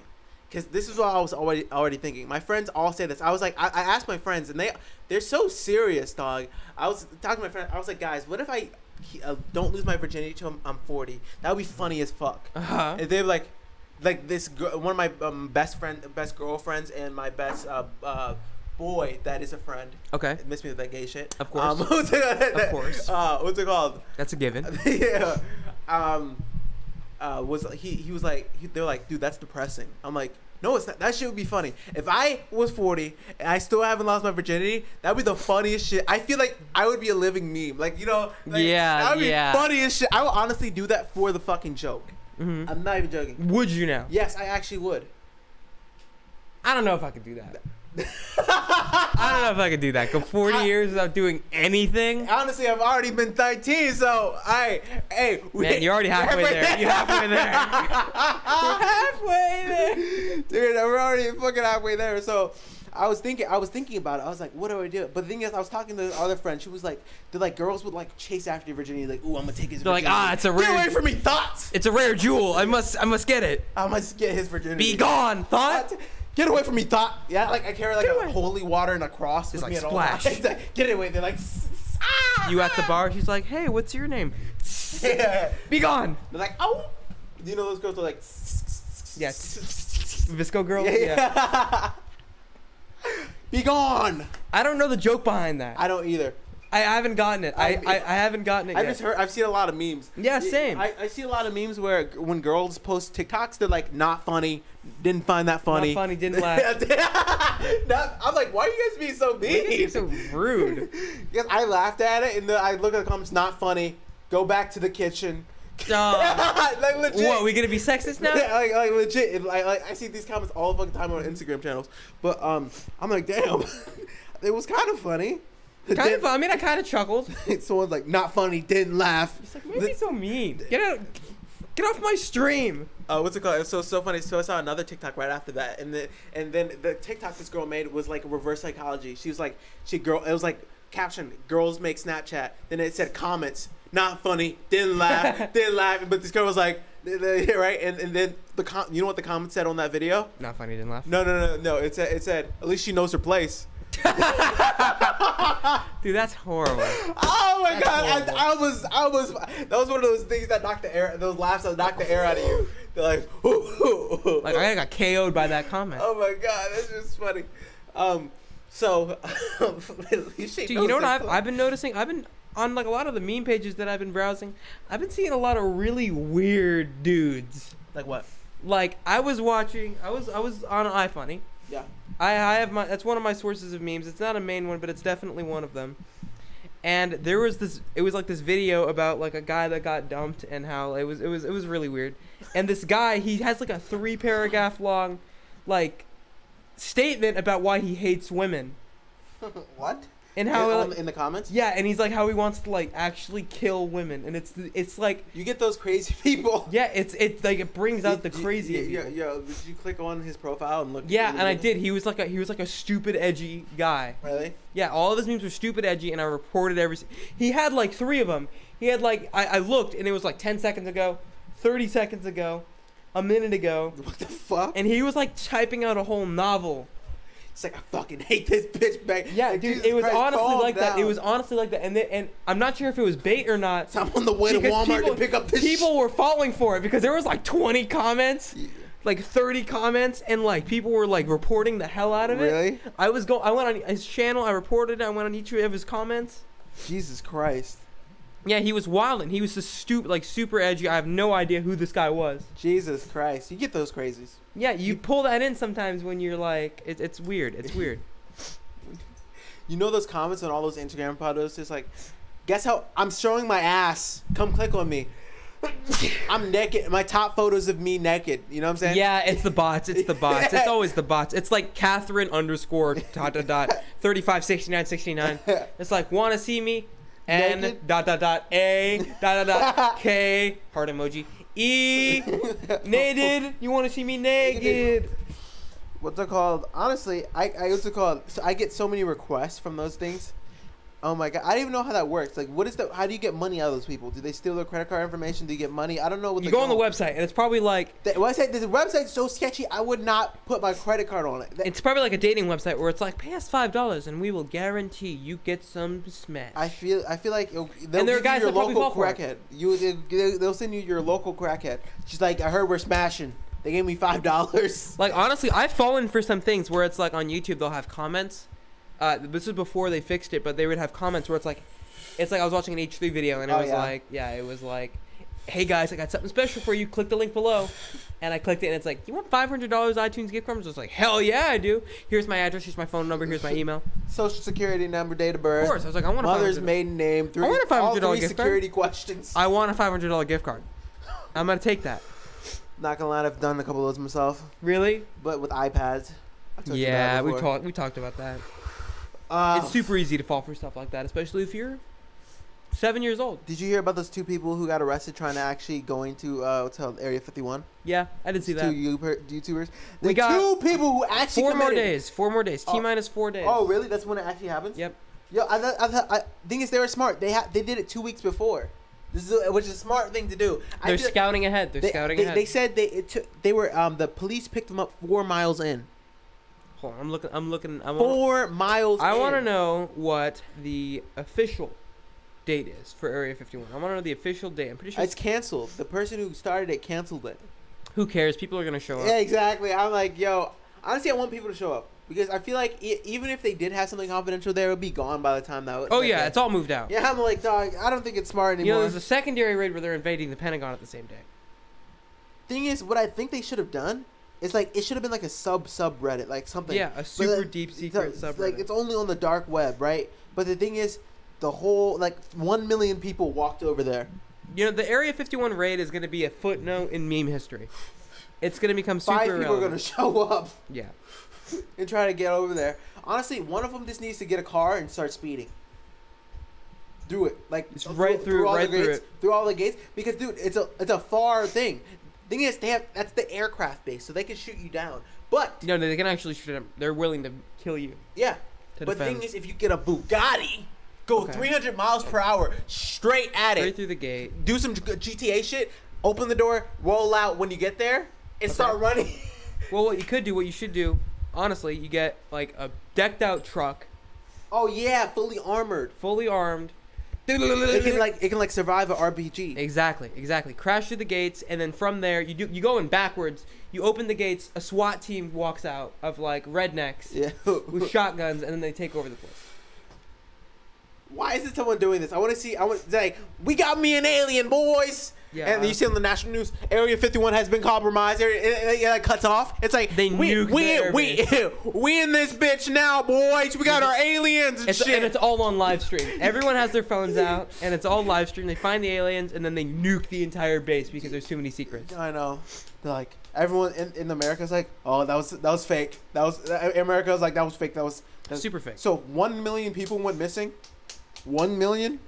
Speaker 1: because this is what I was already already thinking. My friends all say this. I was like, I, I asked my friends, and they they're so serious, dog. I was talking to my friend. I was like, guys, what if I uh, don't lose my virginity till I'm, I'm 40? That would be funny as fuck.
Speaker 2: Uh huh.
Speaker 1: And they're like, like this girl, one of my um, best friend, best girlfriends, and my best uh, uh, boy that is a friend.
Speaker 2: Okay,
Speaker 1: Miss me with that gay shit.
Speaker 2: Of course.
Speaker 1: Um, what's it,
Speaker 2: Of course.
Speaker 1: Uh, what's it called?
Speaker 2: that's a given.
Speaker 1: yeah. Um, uh, was he? He was like, he, they're like, dude, that's depressing. I'm like, no, it's not. That shit would be funny. If I was 40 and I still haven't lost my virginity, that'd be the funniest shit. I feel like I would be a living meme. Like, you know, like,
Speaker 2: Yeah,
Speaker 1: that would
Speaker 2: yeah.
Speaker 1: be funniest shit. I would honestly do that for the fucking joke.
Speaker 2: hmm
Speaker 1: I'm not even joking.
Speaker 2: Would you now?
Speaker 1: Yes, I actually would.
Speaker 2: I don't know if I could do that. I don't know if I could do that. Go 40
Speaker 1: I-
Speaker 2: years without doing anything.
Speaker 1: Honestly, I've already been 13, so I, hey, we-
Speaker 2: Man, you're already halfway there. You're halfway there.
Speaker 1: halfway there. Dude, we're already fucking halfway there. So I was thinking I was thinking about it. I was like, what do I do? But the thing is I was talking to the other friend. She was like, they're like girls would like chase after your virginity, like, ooh, I'm gonna take his
Speaker 2: They're like,
Speaker 1: virginity.
Speaker 2: "Ah, it's a
Speaker 1: Get
Speaker 2: rare-
Speaker 1: away from me, thoughts!
Speaker 2: It's a rare jewel. I must I must get it.
Speaker 1: I must get his virginity.
Speaker 2: Be gone, thought.
Speaker 1: Thought. Get away from me, thought. Yeah, like I carry like
Speaker 2: Get
Speaker 1: a
Speaker 2: away.
Speaker 1: holy water and a cross. with
Speaker 2: like
Speaker 1: me at all
Speaker 2: splash.
Speaker 1: times. Get away. They're like, "S- s- ah!
Speaker 2: You at the bar? She's like, hey, what's your name?
Speaker 1: Yeah.
Speaker 2: Be gone.
Speaker 1: They're like, oh. You know those girls are like, "S- s- s-
Speaker 2: Yeah.
Speaker 1: s- s-
Speaker 2: Visco girl.
Speaker 1: Yeah. Be gone.
Speaker 2: I don't know the joke behind that.
Speaker 1: I don't either.
Speaker 2: I haven't gotten it. I,
Speaker 1: I'm-
Speaker 2: I, I haven't gotten it
Speaker 1: I've
Speaker 2: yet.
Speaker 1: just heard. I've seen a lot of memes.
Speaker 2: Yeah, same.
Speaker 1: I, I see a lot of memes where g- when girls post TikToks, they're like, "Not funny. Didn't find that funny.
Speaker 2: funny, didn't laugh.
Speaker 1: Not- I'm like, why are you guys being so mean?
Speaker 2: so rude.
Speaker 1: Because I laughed at it, and then I look at the comments. Not funny. Go back to the kitchen.
Speaker 2: Duh.
Speaker 1: like legit.
Speaker 2: what, we gonna be sexist
Speaker 1: Yeah,
Speaker 2: now?
Speaker 1: like, like legit. if- Like, like I see these comments all the fucking time on Instagram channels. But um, I'm like, damn, it was kind of funny.
Speaker 2: kind of, I mean, I kind of chuckled.
Speaker 1: Someone's like, not funny. Didn't laugh.
Speaker 2: It's like, why are you so mean? Get out, get off my stream.
Speaker 1: uh, what's it called? It's so so funny. So I saw another TikTok right after that, and the, and then the TikTok this girl made was like reverse psychology. She was like, she girl. It was like caption: "Girls make Snapchat." Then it said comments: "Not funny." Didn't laugh. didn't laugh. But this girl was like, right? And and then the com- you know what the comments said on that video?
Speaker 2: Not funny, didn't laugh.
Speaker 1: No, no, no, no. It said, it said, at least she knows her place.
Speaker 2: Dude, that's horrible.
Speaker 1: Oh my
Speaker 4: That's
Speaker 1: god!
Speaker 4: horrible.
Speaker 1: I, I was, I was. That was one of those things that knocked the air. Those laughs that knocked the air out of you. They're like,
Speaker 2: Like I got KO'd by that comment.
Speaker 1: oh my god, that's just funny. Um, so, literally, she
Speaker 2: Dude, you know
Speaker 1: knows
Speaker 2: what I've,
Speaker 1: that-
Speaker 2: I've been noticing? I've been on like a lot of the meme pages that I've been browsing. I've been seeing a lot of really weird dudes.
Speaker 1: like what?
Speaker 2: Like I was watching, I was I was on iFunny.
Speaker 1: Yeah.
Speaker 2: I I have my that's one of my sources of memes. It's not a main one, but it's definitely one of them. And there was this it was like this video about like a guy that got dumped and how it was it was it was really weird. And this guy, he has like a 3 paragraph long like statement about why he hates women
Speaker 1: what?
Speaker 2: and how
Speaker 1: in,
Speaker 2: like,
Speaker 1: on- in the comments?
Speaker 2: yeah, and he's like how he wants to like actually kill women, and it's it's like
Speaker 1: You get those crazy people.
Speaker 2: yeah, it's it's like it brings out the
Speaker 1: Did you-
Speaker 2: crazy. in
Speaker 1: Yeah,
Speaker 2: people.
Speaker 1: yeah. Did you click on his profile and look?
Speaker 2: Yeah,
Speaker 1: really
Speaker 2: and I
Speaker 1: good?
Speaker 2: did. He was like a he was like a stupid edgy guy.
Speaker 1: Really?
Speaker 2: Yeah, all of his memes were stupid edgy, and I reported every. s- He had like three of them. He had like I, I looked, and it was like ten seconds ago, thirty seconds ago, a minute ago,
Speaker 1: What the fuck?
Speaker 2: and he was like typing out a whole novel.
Speaker 1: It's like I fucking hate this bitch back.
Speaker 2: Yeah,
Speaker 1: Like,
Speaker 2: dude,
Speaker 1: Jesus
Speaker 2: it was
Speaker 1: Christ,
Speaker 2: honestly
Speaker 1: calm
Speaker 2: like that. It
Speaker 1: down.
Speaker 2: was honestly like that, and then, and I'm not sure if it was bait or not.
Speaker 1: So I'm on the way to
Speaker 2: Because
Speaker 1: Walmart to pick up this.
Speaker 2: people were falling for it because there was like 20 comments
Speaker 1: shit.
Speaker 2: like 30 comments and like people were like reporting the hell out of it
Speaker 4: Really?
Speaker 2: i was going i went on his channel i reported it, i went on each of his comments
Speaker 4: Jesus Christ.
Speaker 2: yeah he was wild and he was just stupid like super edgy i have no idea who this guy was
Speaker 4: Jesus Christ. You get those crazies.
Speaker 2: yeah you pull that in sometimes when you're like it, it's weird it's weird
Speaker 1: You know those comments on all those Instagram photos? It's like, guess how I'm showing my ass. Come click on me. I'm naked. My top photos of me naked. You know what I'm saying?
Speaker 2: yeah it's the bots it's the bots it's always the bots it's like catherine underscore dot dot dot 35 69 69 it's like wanna see me and
Speaker 1: Naked?
Speaker 2: dot dot dot a dot dot dot k heart emoji e naked you wanna see me naked
Speaker 1: What's it called? Honestly, I I what's it called? So I get so many requests from those things. Oh my god, I don't even know how that works. Like, what is the? How do you get money out of those people? Do they steal their credit card information? Do you get money? I don't know. What
Speaker 2: you
Speaker 1: the
Speaker 2: go on the
Speaker 1: goal-
Speaker 2: website and it's probably like
Speaker 1: The website. The website's so sketchy. I would not put my credit card on it. That-
Speaker 2: it's probably like a dating website where it's like pay us five dollars and we will guarantee you get some smash
Speaker 1: I feel I feel like it'll- they'll give
Speaker 2: there are
Speaker 1: you
Speaker 2: guys
Speaker 1: your
Speaker 2: that probably
Speaker 1: local
Speaker 2: fall for it.
Speaker 1: crackhead. You they'll they'll send you your local crackhead. She's like, I heard we're smashing. They gave me five dollars.
Speaker 2: Like honestly, I've fallen for some things where it's like on YouTube they'll have comments. Uh, this was before they fixed it, but they would have comments where it's like, it's like I was watching an H three video and it
Speaker 1: Oh,
Speaker 2: was
Speaker 1: yeah.
Speaker 2: like, yeah, it was like, hey guys, I got something special for you. Click the link below, and I clicked it and it's like, you want five hundred dollars iTunes gift cards? I was like, hell yeah, I do. Here's my address. Here's my phone number. Here's my email.
Speaker 1: Social security number, date of
Speaker 2: Of
Speaker 1: birth,
Speaker 2: course, I was like, I want a
Speaker 1: mother's
Speaker 2: $500
Speaker 1: maiden name, three,
Speaker 2: I want a
Speaker 1: all
Speaker 2: $500
Speaker 1: three
Speaker 2: gift card.
Speaker 1: security questions.
Speaker 2: I want a five hundred dollar gift card. I'm gonna take that.
Speaker 1: not gonna lie, I've done a couple of those myself,
Speaker 2: Really?
Speaker 1: but with iPads. I told you about it
Speaker 2: Yeah, we
Speaker 1: before.
Speaker 2: talked. We talked about that.
Speaker 1: Uh,
Speaker 2: It's super easy to fall for stuff like that, especially if you're seven years old.
Speaker 1: Did you hear about those two people who got arrested trying to actually go into uh, what's it called Area 51?
Speaker 2: Yeah, I didn't see
Speaker 1: Two
Speaker 2: that.
Speaker 1: Youper- YouTubers.
Speaker 2: We
Speaker 1: The
Speaker 2: got
Speaker 1: two people who actually
Speaker 2: Four more
Speaker 1: committed-
Speaker 2: days. Four more days. T
Speaker 1: Oh.
Speaker 2: minus four days.
Speaker 1: Oh, really? That's when it actually happens.
Speaker 2: Yep.
Speaker 1: Yo, I, th- I, th- I think it's they were smart. They ha- they did it two weeks before. This is a, which is a smart thing to do. I
Speaker 2: They're
Speaker 1: feel-
Speaker 2: scouting ahead. They're
Speaker 1: they,
Speaker 2: scouting
Speaker 1: they,
Speaker 2: ahead.
Speaker 1: they said they it took, they were um the police picked them up four miles in.
Speaker 2: Hold on, I'm looking. I'm looking. I'm
Speaker 1: Four miles.
Speaker 2: I
Speaker 1: in.
Speaker 2: want to know what the official date is for Area 51. I want to know the official date. I'm pretty sure.
Speaker 1: It's canceled. The person who started it canceled it.
Speaker 2: who cares? People are gonna show up.
Speaker 1: Yeah, exactly. I'm like, yo. Honestly, I want people to show up because I feel like e- even if they did have something confidential there, it would be gone by the time that.
Speaker 2: oh
Speaker 1: that
Speaker 2: yeah,
Speaker 1: day.
Speaker 2: it's all moved out.
Speaker 1: yeah, I'm like, dog. I don't think it's smart
Speaker 2: You know,
Speaker 1: anymore.
Speaker 2: there's a secondary raid where they're invading the Pentagon at the same day.
Speaker 1: thing is, what I think they should have done is like it should have been like a sub subreddit, like something.
Speaker 2: yeah, a
Speaker 1: But,
Speaker 2: super
Speaker 1: like,
Speaker 2: deep
Speaker 1: it's
Speaker 2: secret
Speaker 1: it's
Speaker 2: subreddit.
Speaker 1: Like it's only on the dark web, right? But the thing is, the whole like one million people walked over there.
Speaker 2: you know, the Area 51 raid is gonna be a footnote in meme history. It's gonna become super.
Speaker 1: Five people are
Speaker 2: relevant.
Speaker 1: gonna show up
Speaker 2: Yeah.
Speaker 1: and try to get over there. Honestly, one of them just needs to get a car and start speeding. Through it, like
Speaker 2: Just right through-
Speaker 1: all
Speaker 2: right
Speaker 1: the
Speaker 2: through
Speaker 1: gates,
Speaker 2: it.
Speaker 1: through all the gates. Because dude, it's a it's a far thing. Thing is, they have that's the aircraft base, so they can shoot you down. But
Speaker 2: No, they can actually shoot him. They're willing to kill you.
Speaker 1: yeah,
Speaker 2: To
Speaker 1: but
Speaker 2: defend.
Speaker 1: thing is, if you get a Bugatti, go
Speaker 2: Okay.
Speaker 1: 300 miles per hour straight at it,
Speaker 2: Straight through the gate.
Speaker 1: do some G- GTA shit, open the door, roll out when you get there, and start running.
Speaker 2: Well, what you could do, what you should do, honestly, you get like a decked out truck
Speaker 1: Oh yeah, fully armored.
Speaker 2: fully armed.
Speaker 1: It can like it can like survive an RPG.
Speaker 2: Exactly, exactly. Crash through the gates, and then from there you do you go in backwards. You open the gates. A SWAT team walks out of like rednecks
Speaker 1: Yeah.
Speaker 2: with shotguns, and then they take over the place.
Speaker 1: Why is it someone doing this? I want to see. I want it's like we got me an alien, boys.
Speaker 2: Yeah.
Speaker 1: And you see on the national news, Area 51 has been compromised. Area- It, it, it, like, cuts off. It's like
Speaker 2: They
Speaker 1: we
Speaker 2: nuked
Speaker 1: we
Speaker 2: their
Speaker 1: we, we in this bitch now, boys. We got our aliens and
Speaker 2: It's,
Speaker 1: shit.
Speaker 2: and it's all on live stream. Everyone has their phones out, and it's all live stream. They find the aliens, and then they nuke the entire base because there's too many secrets.
Speaker 1: I know. They're like everyone in, in America's like, oh, that was that was fake. That was uh, America was like that was fake. That was that's
Speaker 2: Super fake.
Speaker 1: So one million people went missing. One million.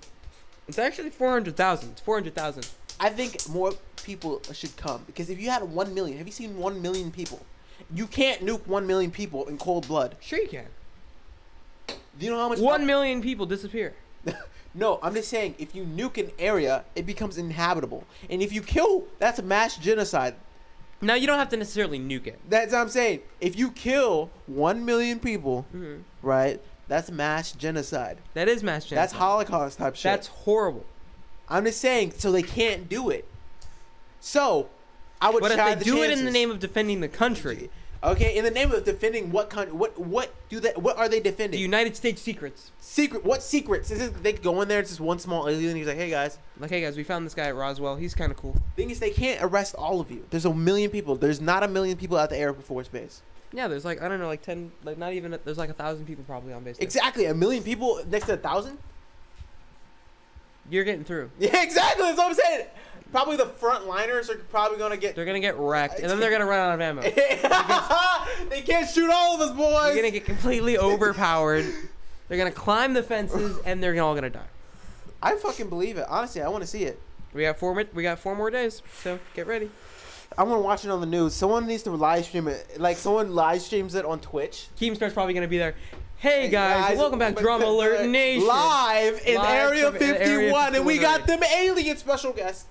Speaker 2: It's actually four hundred thousand. It's four hundred thousand.
Speaker 1: I think more people should come because if you had one million, have you seen one million people? You can't nuke one million people in cold blood.
Speaker 2: Sure you can.
Speaker 1: Do you know how much?
Speaker 2: One million people disappear.
Speaker 1: No, I'm just saying if you nuke an area, it becomes inhabitable, and if you kill, that's a mass genocide.
Speaker 2: Now you don't have to necessarily nuke it.
Speaker 1: That's what I'm saying. If you kill one million people,
Speaker 2: Mhm.
Speaker 1: right? That's mass genocide.
Speaker 2: That is mass genocide.
Speaker 1: That's Holocaust type shit.
Speaker 2: That's horrible.
Speaker 1: I'm just saying. So they can't do it. So, I would.
Speaker 2: But if
Speaker 1: try
Speaker 2: they
Speaker 1: the
Speaker 2: do it in the
Speaker 1: chances.
Speaker 2: name of defending the country,
Speaker 1: Okay, in the name of defending what country? What what do they? What are they defending?
Speaker 2: the United States secrets.
Speaker 1: Secret? What secrets? Is it, they go in there? It's just one small alien. And he's like, hey guys.
Speaker 2: Like, hey guys, we found this guy at Roswell. He's kind of cool.
Speaker 1: Thing is, they can't arrest all of you. There's a million people. There's not a million people at the Air Force Base.
Speaker 2: Yeah, there's like I don't know, like ten, like not even there's like a thousand people probably on base. there.
Speaker 1: Exactly, a million people next to a thousand.
Speaker 2: You're getting through.
Speaker 1: Yeah, exactly. That's what I'm saying. Probably the front liners are probably gonna get.
Speaker 2: They're gonna get wrecked, and then they're gonna run out of ammo. You're
Speaker 1: they can't shoot all of us, boys.
Speaker 2: gonna get completely overpowered. They're gonna climb the fences, and they're all gonna die.
Speaker 1: I fucking believe it. Honestly, I want to see it.
Speaker 2: We got four. mi- We got four more days, so get ready.
Speaker 1: I want to watch it on the news. Someone needs to live stream it. Like someone live streams it on Twitch.
Speaker 2: Keemstar's probably gonna be there. Hey guys, welcome back,
Speaker 1: but-
Speaker 2: Drama
Speaker 1: but-
Speaker 2: Alert
Speaker 1: but
Speaker 2: Nation.
Speaker 1: Live in
Speaker 2: Live
Speaker 1: Area
Speaker 2: from Area
Speaker 1: 51, and we
Speaker 2: 51.
Speaker 1: got them alien special guests.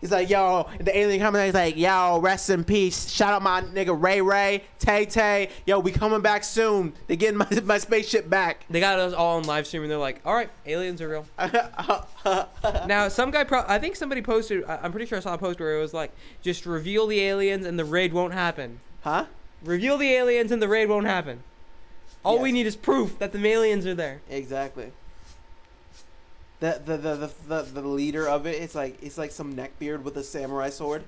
Speaker 1: He's like, yo, and the alien coming out. He's like, yo, rest in peace. Shout out my nigga Ray Ray, Tay Tay. Yo, we coming back soon. They getting my, my spaceship back.
Speaker 2: They got us all on live stream, and they're like, "All right, aliens are real." now, some guy, pro- I think somebody posted. I- I'm pretty sure I saw a post where it was like, "Just reveal the aliens, and the raid won't happen."
Speaker 1: huh?
Speaker 2: Reveal the aliens, and the raid won't happen. All we
Speaker 1: Yes.
Speaker 2: need is proof that the aliens are there.
Speaker 1: Exactly. The the, the, the, the the leader of it, it's like it's like some neckbeard with a samurai sword.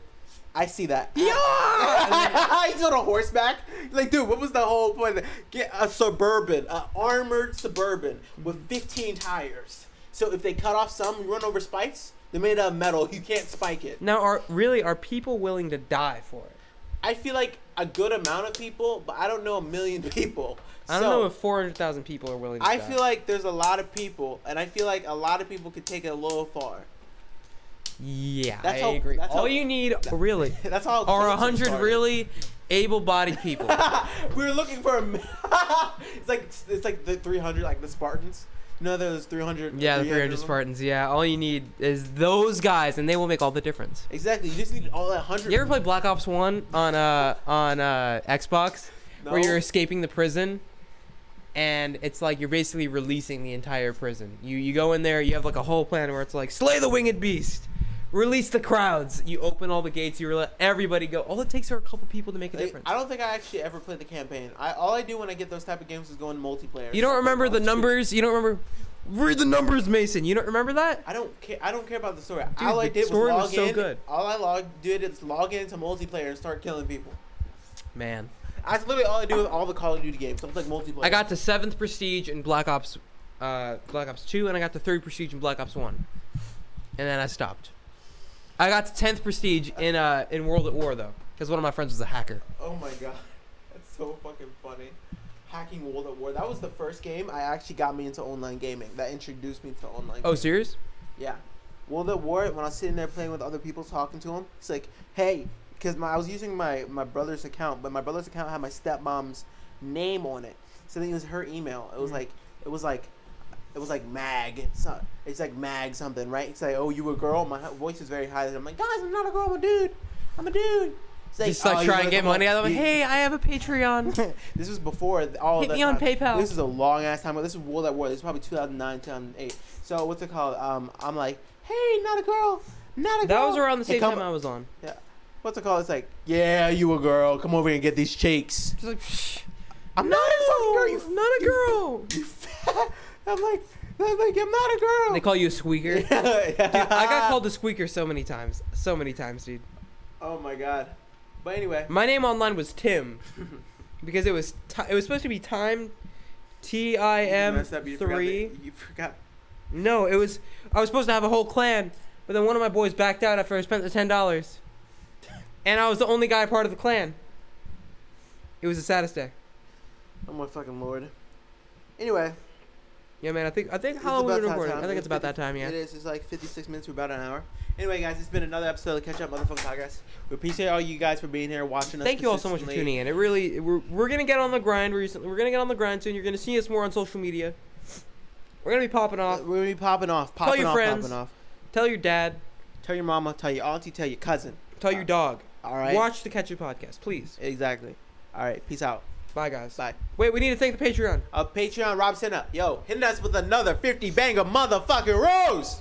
Speaker 1: I see that. Yeah, he's on a horseback. Like, dude, what was the whole point? Get a suburban, a armored suburban with 15 tires. So if they cut off some, you run over spikes. They're made out of metal. You can't spike it.
Speaker 2: Now, are really are people willing to die for it?
Speaker 1: I feel like a good amount of people, but I don't know a million people.
Speaker 2: I don't
Speaker 1: So-
Speaker 2: know if 400,000 people are willing. to
Speaker 1: I
Speaker 2: die.
Speaker 1: feel like there's a lot of people, and I feel like a lot of people could take it a little far.
Speaker 2: Yeah,
Speaker 1: That's
Speaker 2: I
Speaker 1: how-
Speaker 2: agree.
Speaker 1: that's
Speaker 2: all
Speaker 1: how-
Speaker 2: you need really
Speaker 1: That's all.
Speaker 2: are
Speaker 1: culture
Speaker 2: a hundred
Speaker 1: started.
Speaker 2: really able-bodied people.
Speaker 1: we were looking for a. m- it's like it's like the 300, like the Spartans. You know, there's 300.
Speaker 2: yeah,
Speaker 1: 300
Speaker 2: the 300
Speaker 1: of them?
Speaker 2: Spartans. Yeah, all you need is those guys, and they will make all the difference.
Speaker 1: Exactly. You just need all that hundred.
Speaker 2: You ever play Black Ops One on uh on uh Xbox, where
Speaker 1: No.
Speaker 2: you're escaping the prison, and it's like you're basically releasing the entire prison. You you go in there, you have like a whole plan where it's like slay the winged beast, release the crowds. You open all the gates, you let everybody go. All it takes are a couple people to make a
Speaker 1: Like,
Speaker 2: difference.
Speaker 1: I don't think I actually ever played the campaign. I all I do when I get those type of games is go in multiplayer.
Speaker 2: You don't remember the numbers. You don't remember. Read the numbers, Mason. You don't remember that?
Speaker 1: I don't care. I don't care about the story.
Speaker 2: Dude,
Speaker 1: all I
Speaker 2: the
Speaker 1: did
Speaker 2: story
Speaker 1: was
Speaker 2: was
Speaker 1: log
Speaker 2: so
Speaker 1: in.
Speaker 2: good.
Speaker 1: All I log did is log into multiplayer and start killing people.
Speaker 2: Man,
Speaker 1: That's literally all I do with all the Call of Duty games. I'm like multiplayer.
Speaker 2: I got to seventh prestige in Black Ops, uh, Black Ops Two, and I got to third prestige in Black Ops One, and then I stopped. I got to tenth prestige in uh in World at War though, because one of my friends was a hacker.
Speaker 1: Oh my god, that's so fucking funny. Hacking World at War. That was the first game I actually got me into online gaming. That introduced me to online.
Speaker 2: Oh,
Speaker 1: gaming.
Speaker 2: serious?
Speaker 1: yeah. World at War. When I was sitting there playing with other people, talking to them, it's like, hey, because my I was using my my brother's account, but my brother's account had my stepmom's name on it. So then it was her email. It was
Speaker 2: Mm-hmm.
Speaker 1: like it was like. It was like mag. So- It's like mag something, right? It's like, oh, you a girl? My voice is very high. And I'm like, guys, I'm not a girl. I'm a dude. I'm a dude. It's
Speaker 2: Just like
Speaker 1: oh, you
Speaker 2: try
Speaker 1: wanna
Speaker 2: and get
Speaker 1: come on-
Speaker 2: money out of them.
Speaker 1: you-
Speaker 2: Hey, I have a Patreon.
Speaker 1: this was before th- all
Speaker 2: Hit
Speaker 1: that
Speaker 2: me on
Speaker 1: time.
Speaker 2: PayPal.
Speaker 1: This is a long ass time ago. This is World at War. This is probably 2009, 2008. So what's it called? Um, I'm like, hey, not a girl, not a girl.
Speaker 2: that was around the
Speaker 1: Hey,
Speaker 2: same
Speaker 1: come-
Speaker 2: time I was on.
Speaker 1: What's it called? It's like, yeah, you a girl. Come over here and get these cheeks.
Speaker 2: Just like, Shh,
Speaker 1: I'm not a fucking girl. You
Speaker 2: I'm not a girl.
Speaker 1: you fat. I'm like, I'm like, I'm not a girl.
Speaker 2: They call you a squeaker. Dude, I got called a squeaker so many times. So many times, dude.
Speaker 1: Oh my god. But anyway,
Speaker 2: My name online was Tim because it was ti it was supposed to be time T I M
Speaker 1: messed up, you forgot the-
Speaker 2: three.
Speaker 1: You forgot.
Speaker 2: No, it was I was supposed to have a whole clan, but then one of my boys backed out after I spent the ten dollars, and I was the only guy part of the clan. It was the saddest day.
Speaker 1: Oh my fucking lord. Anyway,
Speaker 2: Yeah, man. I think I think
Speaker 1: It's
Speaker 2: Halloween
Speaker 1: about that
Speaker 2: recorded.
Speaker 1: time.
Speaker 2: I think it's about that time.
Speaker 1: It
Speaker 2: Yeah.
Speaker 1: is. It's like 56 minutes. We're about an hour. Anyway, guys, it's been another episode of Catch Up Motherfucking Podcast. We appreciate all you guys for being here, watching us.
Speaker 2: Thank you all so much for tuning in. It really we're, we're gonna get on the grind recently. We're gonna get on the grind soon. You're gonna see us more on social media. We're gonna be popping off.
Speaker 1: We're gonna be popping off,
Speaker 2: Tell
Speaker 1: popping
Speaker 2: your
Speaker 1: off,
Speaker 2: friends.
Speaker 1: popping off.
Speaker 2: Tell your dad.
Speaker 1: Tell your mama, tell your auntie, tell your cousin.
Speaker 2: Tell your dog.
Speaker 1: All right.
Speaker 2: Watch the Catch It podcast, please.
Speaker 1: Exactly. All right. Peace out.
Speaker 2: Bye, guys.
Speaker 1: Bye.
Speaker 2: Wait, we need to thank the Patreon.
Speaker 1: Uh, Patreon Rob Senna, yo, hitting us with another 50 banger motherfucking rose.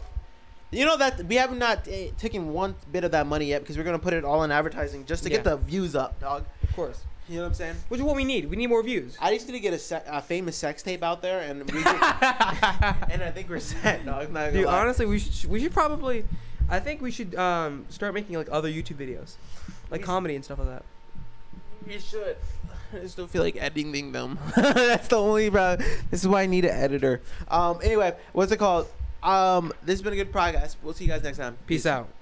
Speaker 1: You know that we have not uh, taken one bit of that money yet because we're gonna put it all in advertising just to get
Speaker 2: Yeah.
Speaker 1: the views up, dog.
Speaker 2: Of course.
Speaker 1: You know what I'm saying?
Speaker 2: Which is what we need. We need more views.
Speaker 1: I just need to get a, se- a famous sex tape out there, and we and I think we're set. No, I'm not gonna
Speaker 2: Dude,
Speaker 1: lie.
Speaker 2: honestly, we should we should probably, I think we should um, start making like other YouTube videos, like
Speaker 1: We-
Speaker 2: comedy and stuff like that.
Speaker 1: you should. I just don't feel like editing them. That's the only problem. This is why I need an editor. Um, anyway, what's it called? Um, this has been a good podcast. We'll see you guys next time.
Speaker 2: Peace out.